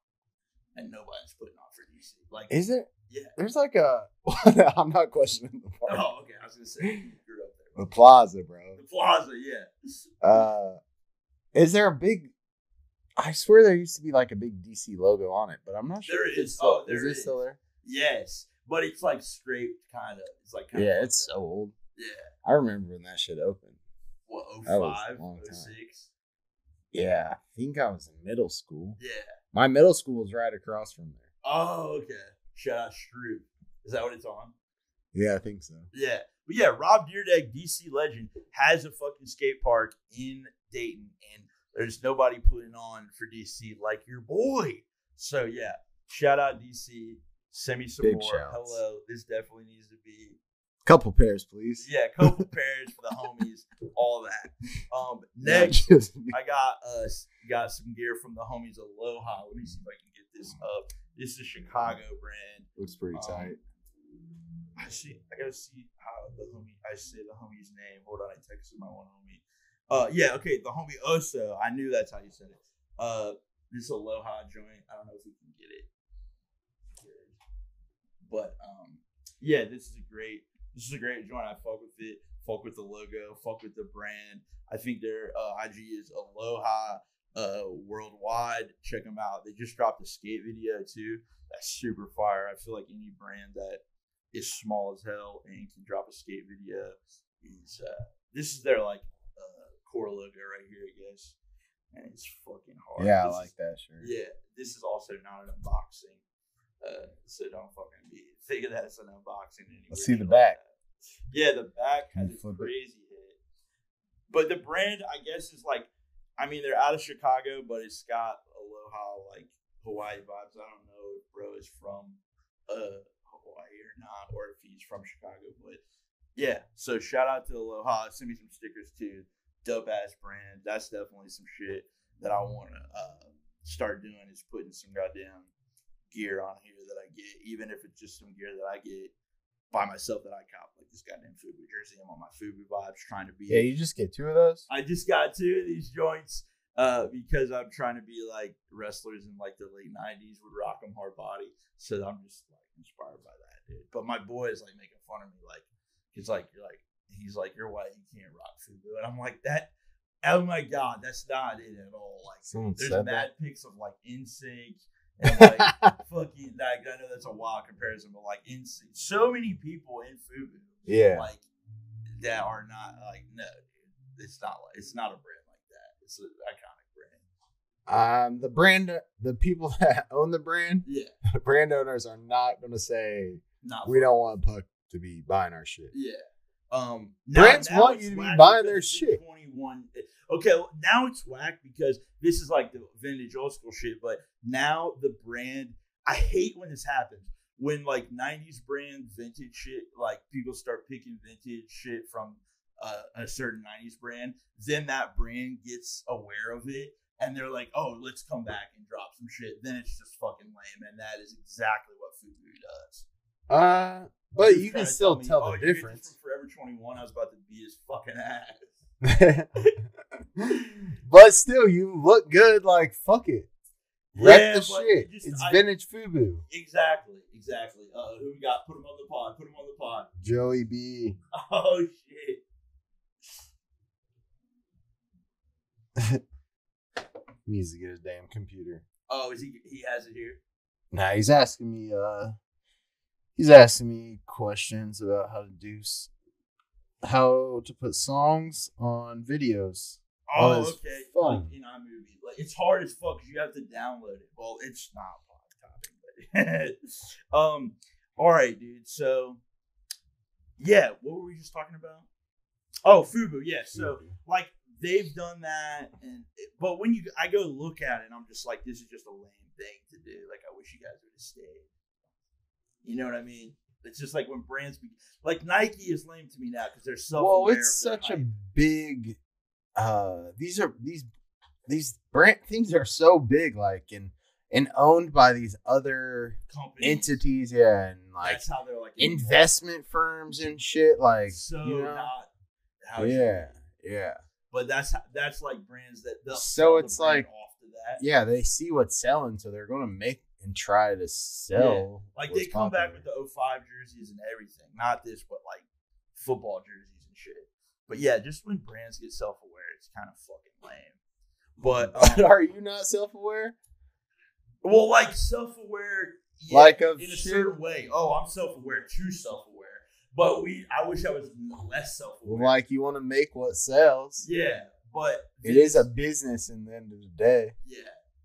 S2: and nobody's putting on for DC. Like,
S3: Is it?
S2: yeah.
S3: There's like a. I'm not questioning the park.
S2: Oh, okay. I was gonna say you grew up there.
S3: The plaza, bro.
S2: The plaza, yeah.
S3: Uh, is there a big? I swear there used to be like a big DC logo on it, but I'm not sure.
S2: There
S3: if
S2: is.
S3: it's Still,
S2: Oh, there
S3: is it
S2: is.
S3: still there?
S2: Yes, but it's like scraped, kind of. It's like kinda
S3: Yeah,
S2: like
S3: it's so old.
S2: that. yeah.
S3: I remember when that shit opened.
S2: What
S3: That was
S2: 05,
S3: a long time.
S2: 06?
S3: Yeah, I think I was in middle school.
S2: Yeah.
S3: My middle school was right across from there.
S2: Oh, okay. Shout out Stroop. Is that what it's on?
S3: Yeah, I think so.
S2: Yeah. But yeah, Rob Deerdag, DC legend, has a fucking skate park in Dayton, and there's nobody putting on for DC like your boy. So yeah, shout out DC. Send me some
S3: Big
S2: more.
S3: shouts.
S2: Hello. This definitely needs to be
S3: Couple pairs, please.
S2: Yeah, couple pairs for the homies, all that. Um,
S3: Yeah,
S2: next,
S3: just-
S2: I got uh got some gear from the homies Aloha. Let me see if I can get this up. This is Chicago brand.
S3: looks pretty
S2: Um, I see. I gotta see how the homie. I say the homie's name. Hold on, I texted my one homie. Uh, yeah, okay, the homie Oso. I knew that's how you said it. Uh, this Aloha joint. I don't know if we can get it, but um, yeah, this is a great. This is a great joint. I fuck with it. Fuck with the logo. Fuck with the brand. I think their uh, IG is Aloha uh, Worldwide. Check them out. They just dropped a skate video too. That's super fire. I feel like any brand that is small as hell and can drop a skate video He's, uh, this is their like uh, core logo right here, I guess. And it's fucking hard.
S3: yeah, I
S2: This is-
S3: like that shirt.
S2: yeah, this is also not an unboxing. Uh, so don't fucking be think of that as an unboxing. Anyway.
S3: Let's see the back.
S2: Yeah, the back has
S3: Can you
S2: this
S3: flip it?
S2: crazy hit. But the brand, I guess, is like, I mean, they're out of Chicago, but it's got Aloha like Hawaii vibes. I don't know if bro is from uh, Hawaii or not, or if he's from Chicago. But yeah, so shout out to Aloha. Send me some stickers too. Dope ass brand. That's definitely some shit that I want to uh, start doing is putting some goddamn gear on here that I get, even if it's just some gear that I get by myself that I cop, like this goddamn Fubu jersey. I'm on my Fubu vibes, trying to be.
S3: Yeah, you just get two of those.
S2: I just got two of these joints uh, because I'm trying to be like wrestlers in like the late '90s would rock 'em hard body. So I'm just like inspired by that, dude. But my boy is like making fun of me, like he's like, you're like, he's like, you're white, you can't rock Fubu, and I'm like that. Oh my god, that's not it at all. Like
S4: Someone
S2: there's
S4: said
S2: mad
S4: that.
S2: pics of like NSYNC and like fucking like I know that's a wild comparison, but like NSYNC, so many people in Fubu
S4: yeah.
S2: like that are not like no, dude, it's not like it's not a brand like that. It's an iconic brand.
S3: Um, the brand, the people that own the brand,
S2: Yeah,
S3: the brand owners are not going to say
S2: not
S3: we don't want Puck to be buying our shit.
S2: Yeah. Um,
S3: Brands want
S2: it's
S3: you to be
S2: whack
S3: buying
S2: because
S3: their
S2: it's in
S3: shit.
S2: 21. Okay, well, now it's whack because this is like the vintage old school shit, but now the brand, I hate when this happens. When like 90s brand vintage shit, like people start picking vintage shit from uh, a certain 90s brand, then that brand gets aware of it and they're like, oh, let's come back and drop some shit. Then it's just fucking lame. And that is exactly what Fubu does.
S3: Uh, but
S2: Trying
S3: you can
S2: to
S3: still
S2: me,
S3: tell
S2: "Oh,
S3: the
S2: you get this
S3: difference.
S2: from Forever 21, I was about to beat his fucking ass.
S3: but still, you look good. Like fuck it, rep the
S2: but
S3: shit.
S2: you just-
S3: it's
S2: I-
S3: vintage Fubu.
S2: Exactly, exactly. Uh, who we got? Put him on the pod. Put him on the pod.
S3: Joey B.
S2: Oh shit.
S3: needs to get his damn computer.
S2: Oh, is he? He has it here.
S3: Now he's asking me. Uh, he's asking me questions about how to do, s- how to put songs on videos.
S2: Oh,
S3: Oh, it's
S2: okay.
S3: fun.
S2: Like in iMovie, like it's hard as fuck. 'cause You have to download it. Well, it's not pod topic, but um. All right, dude. So, yeah, what were we just talking about? Oh, Fubu. Yeah. So like they've done that and but when you i go look at it i'm just like this is just a lame thing to do like i wish you guys would have stayed you know what i mean it's just like when brands be, like nike is lame to me now because they're so
S3: well, it's such a big. Uh, these are these these brand things are so big, like and and owned by these other
S2: company
S3: entities, yeah, and like
S2: that's how they're like
S3: investment firms and shit, like
S2: so
S3: you know?
S2: not how it should
S3: yeah,
S2: be.
S3: yeah,
S2: but that's how, that's like brands that they'll
S3: So
S2: sell the
S3: it's
S2: brand
S3: like-
S2: off to that
S3: yeah. They see what's selling, so they're gonna make and try to sell.
S2: Like
S3: what's
S2: they come back
S3: popular.
S2: with the 05 jerseys and everything. Not this, but like football jerseys and shit. But yeah, just when brands get self aware, it's kind of fucking lame. But
S3: But
S2: um,
S3: are you not self-aware?
S2: well, like self aware,
S3: Like of
S2: in a
S3: shit?
S2: certain way. Oh, I'm self aware, too self aware. But we, I wish I was less self aware.
S3: Like you want to make what sells.
S2: yeah, but
S3: It is a business in the end of the day.
S2: Yeah.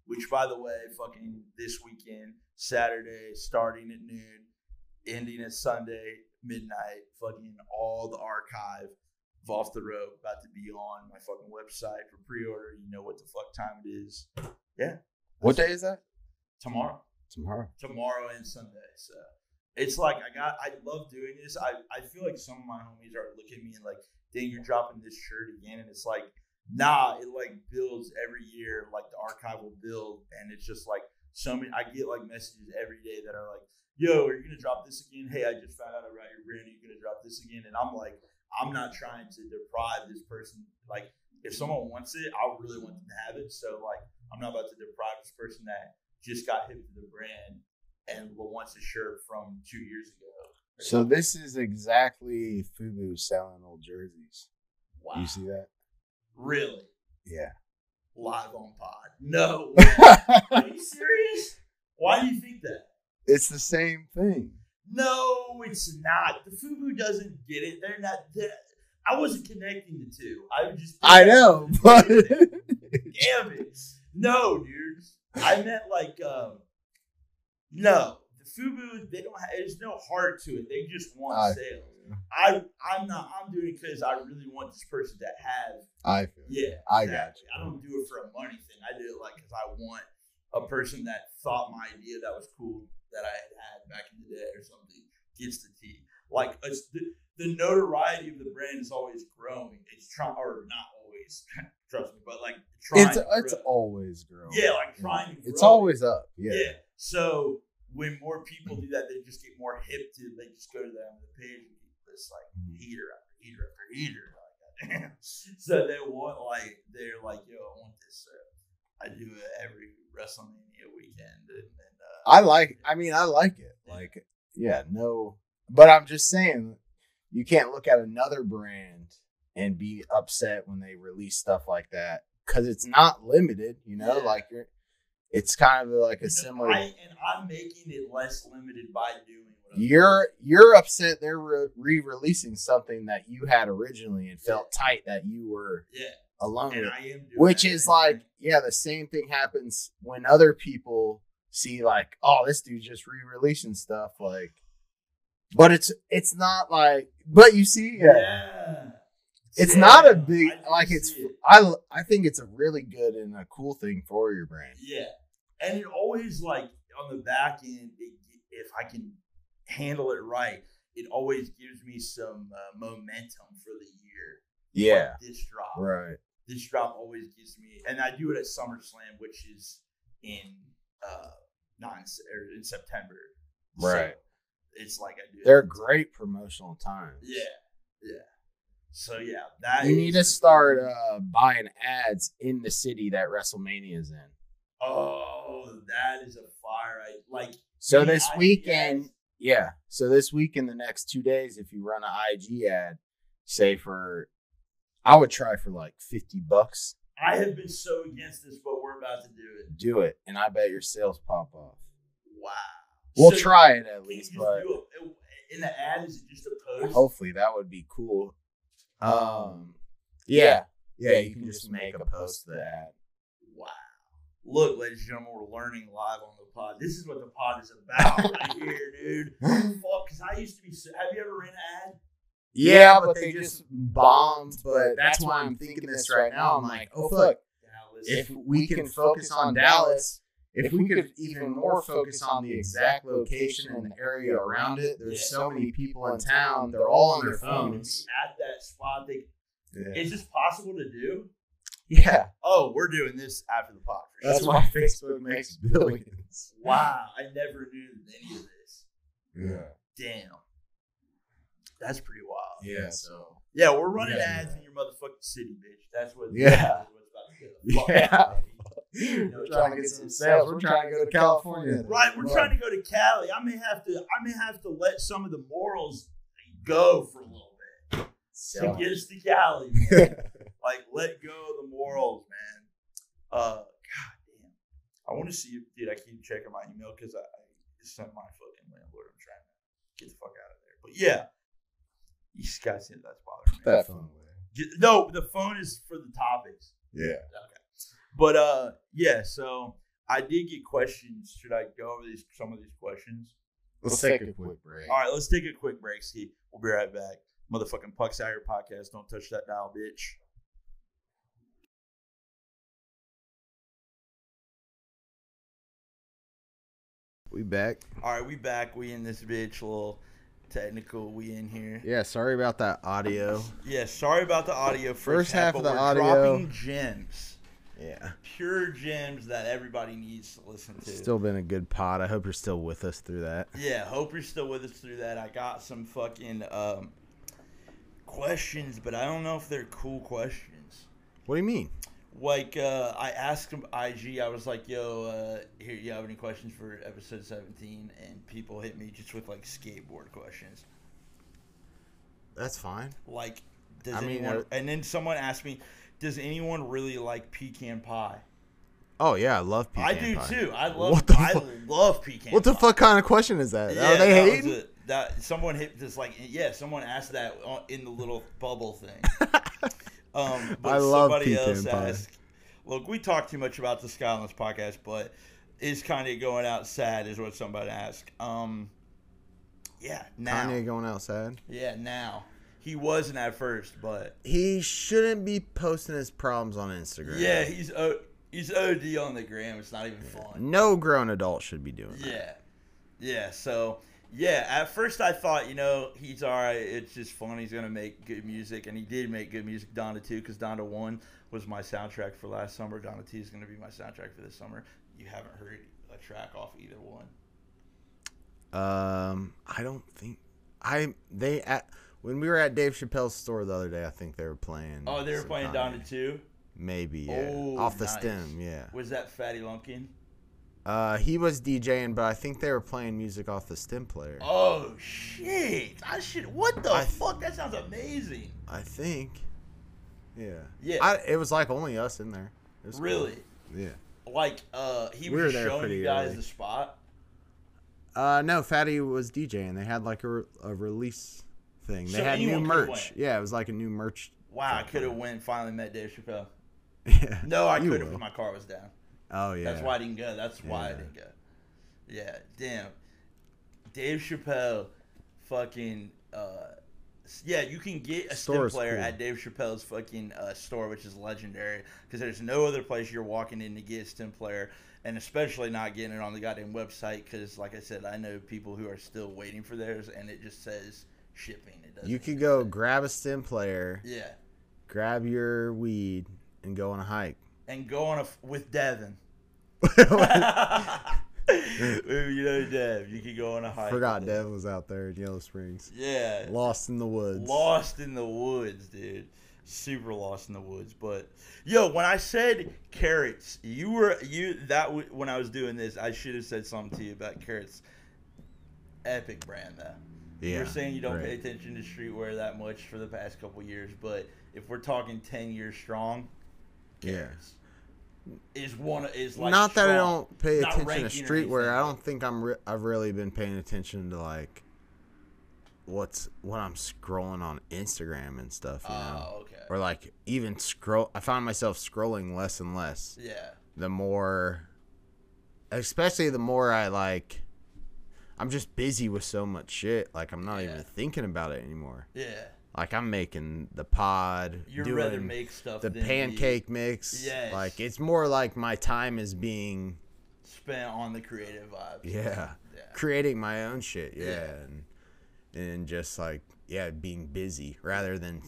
S2: Which, by the way, fucking this weekend, Saturday, starting at noon, ending at Sunday, midnight, fucking all the archive of Off the Road about to be on my fucking website for pre order. You know what the fuck time it is.
S3: What day is that?
S2: Tomorrow.
S3: Tomorrow.
S2: Tomorrow and Sunday. So it's like, I got, I love doing this. I, I feel like some of my homies are looking at me and like, dang, you're dropping this shirt again. And it's like, nah, it like builds every year, like the archive will build. And it's just like so many I get like messages every day that are like, yo, are you gonna drop this again? Hey, I just found out about your brand, are you gonna drop this again? And I'm like, I'm not trying to deprive this person. Like, if someone wants it, I really want them to have it. So like I'm not about to deprive this person that just got hit to the brand and wants a shirt from two years ago.
S3: So this is exactly Fubu selling old jerseys.
S2: wow.
S3: You see that?
S2: Really?
S3: Yeah.
S2: live on pod. No. way. Are you serious? Why do you think that?
S3: it's the same thing.
S2: No, it's not. The Fubu doesn't get it. They're not. They're, I wasn't connecting the two. I was just.
S3: I know, but
S2: Damn it. No, dude. I meant like, um, no. The FUBU, they don't have, there's no heart to it. They just want
S4: I-
S2: sales. I, I'm not, I'm doing it because I really want this person to have,
S4: I feel you.
S2: yeah.
S4: I got
S2: exactly. I don't do it for a money thing. I do it like because I want a person that thought my idea that was cool that I had had back in the day or something gets the tea. Like it's the, the notoriety of the brand is always growing. It's trying or not always, trust me, but like trying. to
S4: It's it's
S2: grow.
S4: always growing.
S2: yeah, like trying. To
S4: It's
S2: grow.
S4: always up. Yeah.
S2: Yeah. So when more people do that, they just get more hip to. They just go to that on the page and get this like
S3: Mm-hmm.
S2: heater after heater after heater. Like, goddamn. So they want like they're like, yo, I want this. So I do it every WrestleMania weekend, and, and uh,
S4: I like. I mean, I like it. Like, yeah, no. But I'm just saying,
S3: you can't look at another brand and be upset when they release stuff like that because it's not limited. You know,
S2: Yeah.
S3: like you're, it's kind of like
S2: you know,
S3: a similar.
S2: I, and I'm making it less limited by doing what I'm
S3: You're you're upset they're re releasing something that you had originally and felt tight that you were
S2: doing.
S3: alone
S2: Yeah, and
S3: with.
S2: I am doing
S3: Which
S2: that
S3: is
S2: thing.
S3: like, yeah, the same thing happens when other people see like, oh, this dude's just re-releasing stuff, like. But it's it's not like, but you see, yeah,
S2: Yeah.
S3: it's
S2: Yeah,
S3: not a
S2: I
S3: big
S2: do
S3: like it's.
S2: see it.
S3: I I think it's a really good and a cool thing for your brand.
S2: Yeah, and it always like on the back end, it, if I can handle it right, it always gives me some uh, momentum for the year.
S3: Yeah,
S2: Like this drop,
S3: right.
S2: this drop always gives me, and I do it at SummerSlam, which is in uh not in, Se- or in September, So
S3: Right.
S2: it's like I do. it
S3: They're
S2: at-
S3: great promotional times.
S2: Yeah, yeah. So yeah, that
S3: You
S2: is-
S3: need to start uh, buying ads in the city that WrestleMania is in.
S2: Oh, that is a fire! I like.
S3: So
S2: me,
S3: this
S2: I-
S3: weekend,
S2: yes.
S3: yeah. So this week in the next two days, if you run an IG ad, say for, I would try for like fifty bucks.
S2: I have been so against this, but we're about to do it.
S3: Do it, and I bet your sales pop off.
S2: Wow.
S3: We'll
S2: So
S3: try it at
S2: can you
S3: least,
S2: just
S3: but
S2: do a- in the ad is it just a post?
S3: hopefully that would be cool. Um, yeah, yeah. you, can, just make a post of the ad.
S2: Wow. Look, ladies and gentlemen, we're learning live on the pod. This is what the pod is about right here, dude. Because I used to be. so- Have you ever ran an ad?
S3: Yeah, but, they, just bombed. But that's why I'm thinking this right now. I'm like, oh fuck,
S2: Dallas.
S3: if we can focus on Dallas, if we could even more focus on the exact location and the area around it, there's so many people in town, they're all on their phones.
S2: um, at that spot, they,
S3: Yeah.
S2: is this possible to do?
S3: Yeah,
S2: Oh, we're doing this after the pod. for
S3: that's
S2: sure.
S3: why Facebook makes billions.
S2: Wow, I never knew any of this.
S4: yeah,
S2: Damn. That's pretty wild.
S4: yeah. So
S2: Yeah, we're running
S4: Yeah.
S2: ads in your motherfucking city, bitch. That's what.
S3: Yeah.
S2: that's what's about to get.
S3: Yeah.
S2: We're
S3: We're
S2: trying to get some
S3: sales. We're trying to go to California.
S2: Right, we're trying to go to Cali. I may have to. I may have to let some of the morals go for a little bit to get us to Cali. Man. like, let go of the morals, man. Uh, God damn. I want to see if, dude. I keep checking my email because I, I just sent my fucking landlord. I'm trying to get the fuck out of there. But yeah, you guys, see that's bothering me.
S4: that phone away.
S2: Get- No, the phone is for the topics.
S4: Yeah.
S2: But uh yeah, so I did get questions. Should I go over these some of these questions?
S4: Let's take a quick break.
S2: All right, let's take a quick break, Ski. We'll be right back. Motherfucking Pucks Out Your Podcast. Don't touch that dial, bitch.
S4: We back.
S2: All right, we back. We in this bitch. Little technical. We in here.
S4: Yeah. Sorry about that audio.
S2: Yeah, sorry about the audio. For
S4: First half of
S2: but
S4: the
S2: we're
S4: audio-
S2: Dropping gems.
S4: Yeah.
S2: Pure gems that everybody needs to listen to.
S4: Still been a good pod. I hope you're still with us through that.
S2: Yeah, hope you're still with us through that. I got some fucking um, questions, but I don't know if they're cool questions.
S4: What do you mean?
S2: Like, uh, I asked him IG, I was like, yo, uh, here, you have any questions for episode 17? And people hit me just with like skateboard questions.
S4: That's fine.
S2: Like, does
S4: I mean,
S2: anyone,
S4: uh,
S2: and then someone asked me, does anyone really like pecan pie?
S3: Oh yeah, I love pecan
S2: I do
S3: pie.
S2: too. I love
S3: What the
S2: I
S3: fuck?
S2: love pecan.
S3: What the
S2: pie.
S3: fuck kind of question is that?
S2: Yeah,
S3: Are they
S2: that was
S3: hating?
S2: a- that someone hit just like yeah, someone asked that on- in the little bubble thing. um, but
S3: I love
S2: somebody
S3: pecan
S2: else
S3: pie.
S2: asked. Look, we talk too much about the sky on this podcast, but is Kanye going out sad? Is what somebody asked. Um, yeah, now.
S3: Kanye going outside.
S2: Yeah, now. He wasn't at first, but
S3: He shouldn't be posting his problems on Instagram.
S2: yeah, he's o- he's OD on the gram. It's not even fun.
S3: no grown adult should be doing that.
S2: Yeah. Yeah. So, yeah, at first I thought, you know, he's all right. It's just fun. He's going to make good music. And he did make good music, Donna 2, because Donna 1 was my soundtrack for last summer. Donna 2 is going to be my soundtrack for this summer. You haven't heard a track off either one.
S3: Um, I don't think I they at when we were at Dave Chappelle's store the other day. I think they were playing.
S2: Oh, they were
S3: some
S2: playing
S3: Kanye.
S2: Donna 2?
S3: Maybe yeah,
S2: Oh,
S3: off the
S2: nice.
S3: stem. Yeah.
S2: Was that Fatty Lumpkin?
S3: Uh, he was DJing, but I think they were playing music off the stem player.
S2: Oh, shit. I should. What the
S3: I-
S2: fuck? That sounds amazing.
S3: I think. Yeah.
S2: Yeah.
S3: I, it was like only us in there. It was cool.
S2: Really?
S3: Yeah.
S2: Like, uh, he
S3: We were
S2: was
S3: there
S2: showing
S3: pretty
S2: you guys
S3: early.
S2: the spot.
S3: Uh, no, Fatty was DJing. They had like a, re- a release thing. They
S2: So
S3: had new
S2: anyone could've
S3: merch.
S2: went.
S3: Yeah, it was like a new merch.
S2: Wow, I could have went. Finally met Dave Chappelle.
S3: Yeah.
S2: No, I
S3: You
S2: could have
S3: will.
S2: because my car was down.
S3: Oh yeah.
S2: That's why I didn't go. That's why I
S3: Yeah.
S2: didn't go. Yeah, damn. Dave Chappelle, fucking. Uh, s- yeah, you can get a
S3: Store
S2: stem
S3: is
S2: player
S3: cool.
S2: at Dave Chappelle's fucking uh, store, which is legendary because there's no other place you're walking in to get a stem player, and especially not getting it on the goddamn website because, like I said, I know people who are still waiting for theirs, and it just says shipping. It doesn't.
S3: You
S2: even
S3: could go
S2: say-
S3: grab a stem player,
S2: Yeah,
S3: grab your weed, and go on a hike.
S2: and go on a f- with Devin.
S3: Forgot
S2: you know, Dev, you could go on a hike. with him.
S3: Dev was out there in Yellow Springs,
S2: Yeah.
S3: lost in the woods.
S2: Lost in the woods, dude. Super lost in the woods. But yo, when I said carrots, you were you that w- when I was doing this, I should have said something to you about carrots. Epic brand though.
S3: Yeah,
S2: You're saying you don't pay
S3: right.
S2: attention to streetwear that much for the past couple years, but if we're talking ten years strong,
S3: Yeah.
S2: carrots is one of- is like
S3: Not that I
S2: strong.
S3: don't pay
S2: Not
S3: attention to
S2: ranking or
S3: streetwear.
S2: anything.
S3: I don't think I'm. Re- I've really been paying attention to like what's what I'm scrolling on Instagram and stuff. You know,
S2: Oh, okay.
S3: or like even scroll. I find myself scrolling less and less.
S2: Yeah.
S3: the more especially the more I like I'm just busy with so much shit. Like I'm not
S2: Yeah.
S3: even thinking about it anymore.
S2: Yeah.
S3: Like I'm making the pod,
S2: You'd
S3: doing
S2: rather make stuff
S3: the
S2: than be
S3: pancake mix.
S2: Yes.
S3: Like it's more like my time is being
S2: spent on the creative vibes.
S3: yeah,
S2: Yeah.
S3: creating my own shit. Yeah,
S2: Yeah.
S3: And, and just like yeah, being busy rather than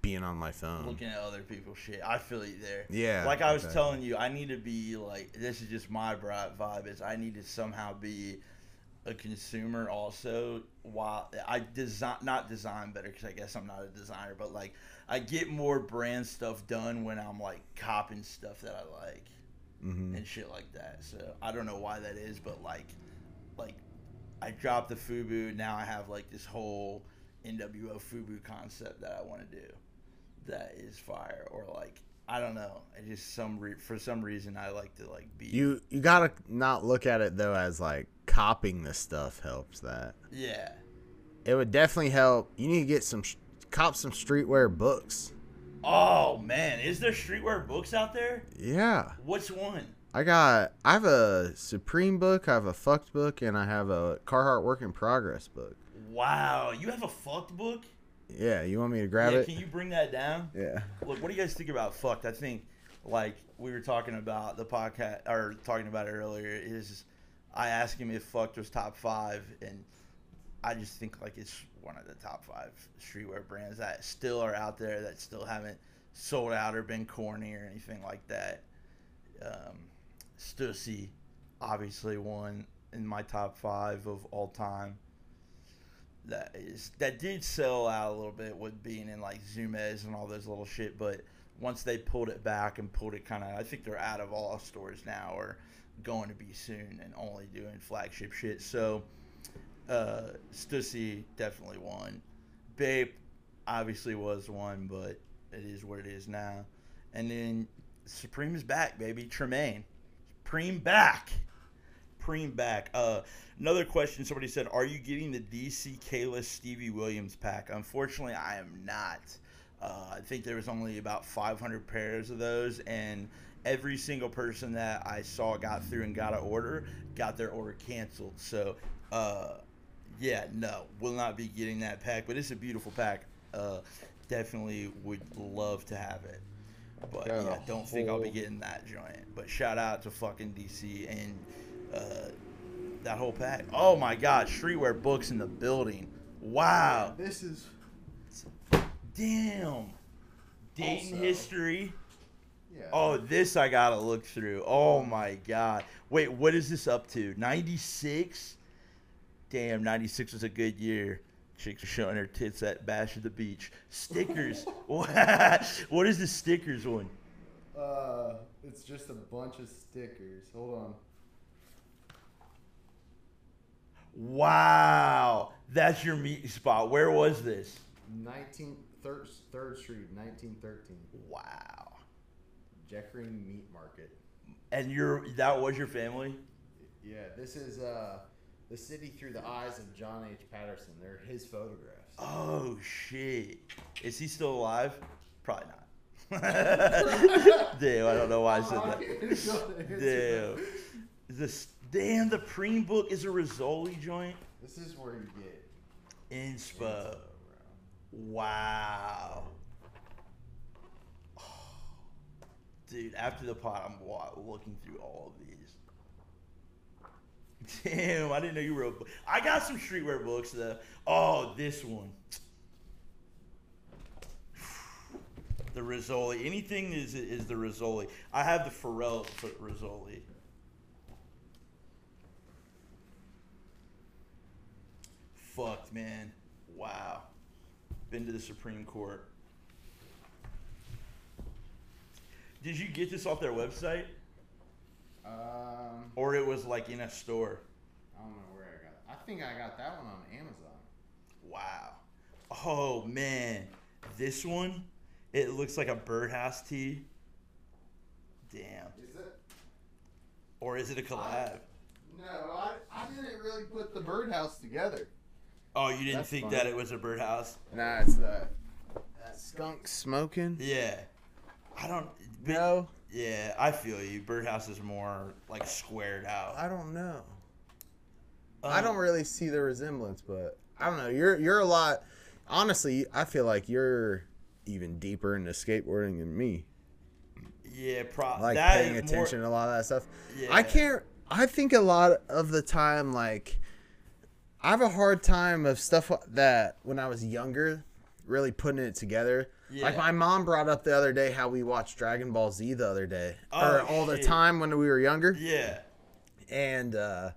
S3: being on my phone.
S2: looking at other people's shit. I feel you there.
S3: um, Yeah,
S2: Like I was
S3: exactly.
S2: telling you, I need to be like this is just my bright vibe is I need to somehow be a consumer also while I design not design better because I guess I'm not a designer, but like I get more brand stuff done when I'm like copping stuff that I like
S3: Mhm.
S2: and shit like that. So I don't know why that is, but like, like I dropped the FUBU. Now I have like this whole NWO FUBU concept that I want to do. That is fire, or like I don't know. I just some re- for some reason I like to like be
S3: You you gotta not look at it though as like copying this stuff helps that.
S2: yeah
S3: It would definitely help. You need to get some sh- cop some streetwear books.
S2: Oh man, is there streetwear books out there?
S3: Yeah,
S2: What's one?
S3: I got I have a Supreme book, I have a fucked book, and I have a Carhartt work in progress book.
S2: Wow, you have a fucked book.
S3: Yeah, you want me to grab
S2: yeah,
S3: it?
S2: can you bring that down?
S3: yeah.
S2: Look, what do you guys think about fucked? I think, like we were talking about the podcast or talking about it earlier, is I asked him if fucked was top five, and I just think like it's one of the top five streetwear brands that still are out there that still haven't sold out or been corny or anything like that. Um, Stussy, obviously one in my top five of all time. That is that did sell out a little bit with being in like Zumes and all those little shit, but once they pulled it back and pulled it kind of, I think they're out of all stores now or going to be soon and only doing flagship shit. So uh, Stussy definitely won. Bape obviously was one, but it is what it is now. And then Supreme is back, baby. Tremaine. Preem back. Preem back. Uh, another question somebody said Are you getting the DC Kayla Stevie Williams pack? Unfortunately, I am not. Uh, I think there was only about 500 pairs of those, and every single person that I saw got through and got an order got their order canceled. So, uh, yeah, no, will not be getting that pack, but it's a beautiful pack. Uh, definitely would love to have it. But
S4: Got a
S2: yeah, don't think I'll be
S4: whole-
S2: getting that joint. But shout out to fucking DC and uh, that whole pack. Oh my God, streetwear books in the building. Wow.
S4: This is
S2: Damn. Dayton
S4: Also-
S2: history.
S4: yeah.
S2: Oh, this I gotta look through. Oh my god. Wait, what is this up to? 96? Damn, 96 was a good year. Chicks are showing their tits at Bash at the Beach. Stickers. what is the stickers one?
S4: Uh, it's just a bunch of stickers. Hold on.
S2: Wow. That's your meeting spot. Where was this?
S4: 19 third, third Street, 1913,
S2: Wow.
S4: Jeffrey Meat Market.
S2: And your that was your family?
S4: Yeah, this is uh, the city through the eyes of John H. Patterson. They're his photographs.
S2: Oh shit. Is he still alive? Probably not. Damn, I don't know why I said that. Damn. This damn the Preem book is a Rizzoli joint.
S4: This is where you get.
S2: Inspo. Wow. Dude, after the pot, I'm wa- looking through all of these. Damn, I didn't know you were. A bu- I got some streetwear books though. Oh, this one. The Rizzoli. Anything is is the Rizzoli. I have the Pharrell for Rizzoli. Fucked, man. Wow. Been to the Supreme Court. Did you get this off their website?
S4: Um,
S2: Or it was like in a store?
S4: I don't know where I got. I think I got that one on Amazon.
S2: Wow. Oh man, this one, it looks like a birdhouse tee. Damn.
S4: Is it?
S2: Or is it a collab?
S4: No, I, I didn't really put the birdhouse together.
S2: Oh, you didn't
S4: That's
S2: think
S4: fine.
S2: that it was a birdhouse?
S3: Nah, it's the that skunk smoking.
S2: Yeah. I don't. but-
S3: No,
S2: Yeah, I feel you. Birdhouse is more like squared out.
S3: I don't know.
S2: Um,
S3: I don't really see the resemblance, but I don't know. You're you're a lot. Honestly, I feel like you're even deeper into skateboarding than me.
S2: Yeah, probably.
S3: Like
S2: that
S3: paying
S2: is
S3: attention to a lot of that stuff.
S2: More, yeah.
S3: I can't. I think a lot of the time, like, I have a hard time of stuff that when I was younger, really putting it together. Like
S2: Yeah.
S3: my mom brought up the other day how we watched Dragon Ball Z the other day, or
S2: Oh,
S3: all the
S2: shit.
S3: time when we were younger
S2: Yeah.
S3: and uh,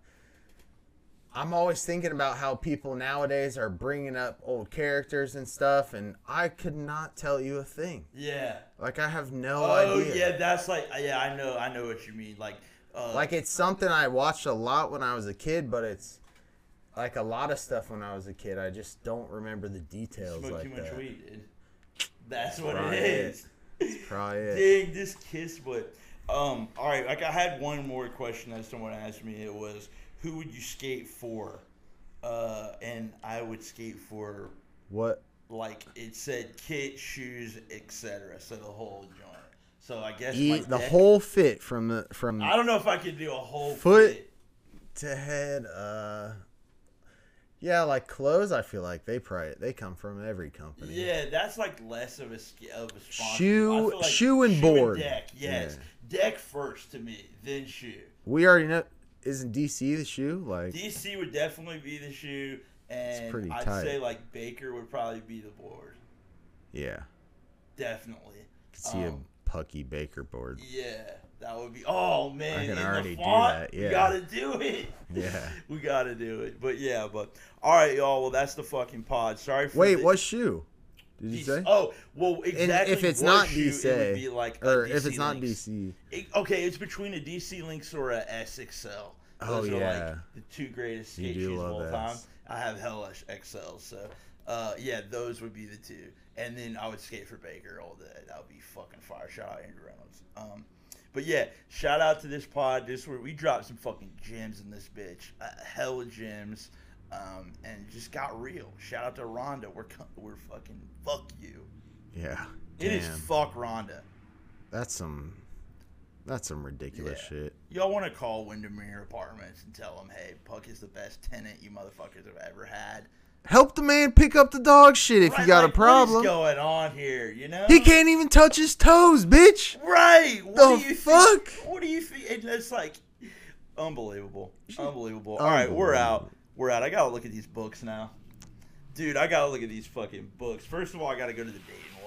S3: I'm always thinking about how people nowadays are bringing up old characters and stuff, and I could not tell you a thing.
S2: Yeah.
S3: Like I have no
S2: Oh
S3: idea.
S2: yeah, that's like yeah, I know, I know what you mean. Like, uh,
S3: Like it's something I watched a lot when I was a kid, but it's like a lot of stuff when I was a kid. I just don't remember the details
S2: smoke
S3: like
S2: too much
S3: that.
S2: weed, dude. That's what
S3: Right.
S2: it is.
S3: Probably it.
S2: Dig this kiss, but um, all right. Like I had one more question that someone asked me. It was, who would you skate for? Uh, and I would skate for
S3: What?
S2: like it said, kit, shoes, etc. So the whole joint. So I guess my
S3: Eat e the
S2: deck-
S3: whole fit from the from
S2: I don't know if I could do a whole
S3: Foot.
S2: fit.
S3: to head. Uh, yeah, like clothes. I feel like they probably they come from every company.
S2: Yeah, that's like less of a sk- of a sponsor.
S3: Shoe-
S2: I feel like
S3: shoe and board.
S2: deck, yes, deck first to me, then shoe.
S3: We already know. Isn't DC the shoe? Like,
S2: DC would definitely be the shoe, and
S3: pretty
S2: I'd
S3: tight.
S2: say like Baker would probably be the board,
S3: yeah.
S2: definitely.
S3: Could see
S2: Um,
S3: a Pucky Baker board.
S2: Yeah, that would be. Oh man,
S3: I can
S2: in the
S3: already do
S2: font,
S3: that,
S2: we
S3: yeah.
S2: gotta do it.
S3: Yeah.
S2: we gotta do it. But yeah, but all right, y'all. Well, that's the fucking pod. Sorry for
S3: Wait,
S2: the-
S3: what shoe? Did you
S2: DC
S3: say?
S2: Oh, well, exactly.
S3: if it's
S2: what
S3: not
S2: shoe, it would
S3: DC,
S2: be Oh, like a
S3: or if it's
S2: DC
S3: not
S2: Lynx.
S3: DC,
S2: It, okay, it's between a DC Lynx or a SXL.
S3: Oh,
S2: Those are
S3: yeah.
S2: like the two greatest
S3: You
S2: skate
S3: do
S2: shoes of
S3: love
S2: all
S3: those.
S2: time. I have hellish XLs, so uh, yeah, those would be the two. And then I would skate for Baker all day. That would be fucking fire. Shout out Andrew Reynolds. Um, But yeah, shout out to this pod. This where we dropped some fucking gems in this bitch, uh, hella gems, um, and just got real. Shout out to Rhonda. We're co- we're fucking fuck you.
S3: Yeah.
S2: It is
S3: Damn.
S2: fuck Rhonda.
S3: That's some. That's some ridiculous
S2: Yeah.
S3: shit.
S2: Y'all want to call Windermere Apartments and tell them, hey, Puck is the best tenant you motherfuckers have ever had.
S3: Help the man pick up the dog shit if
S2: Right,
S3: you got
S2: like,
S3: a problem.
S2: What is going on here? You know
S3: He can't even touch his toes, bitch.
S2: Right. What
S3: The
S2: do you
S3: fuck?
S2: Think, what do you think? And it's like unbelievable. Unbelievable. All right, we're out. We're out. I gotta look at these books now. Dude, I gotta look at these fucking books. First of all, I gotta go to the dating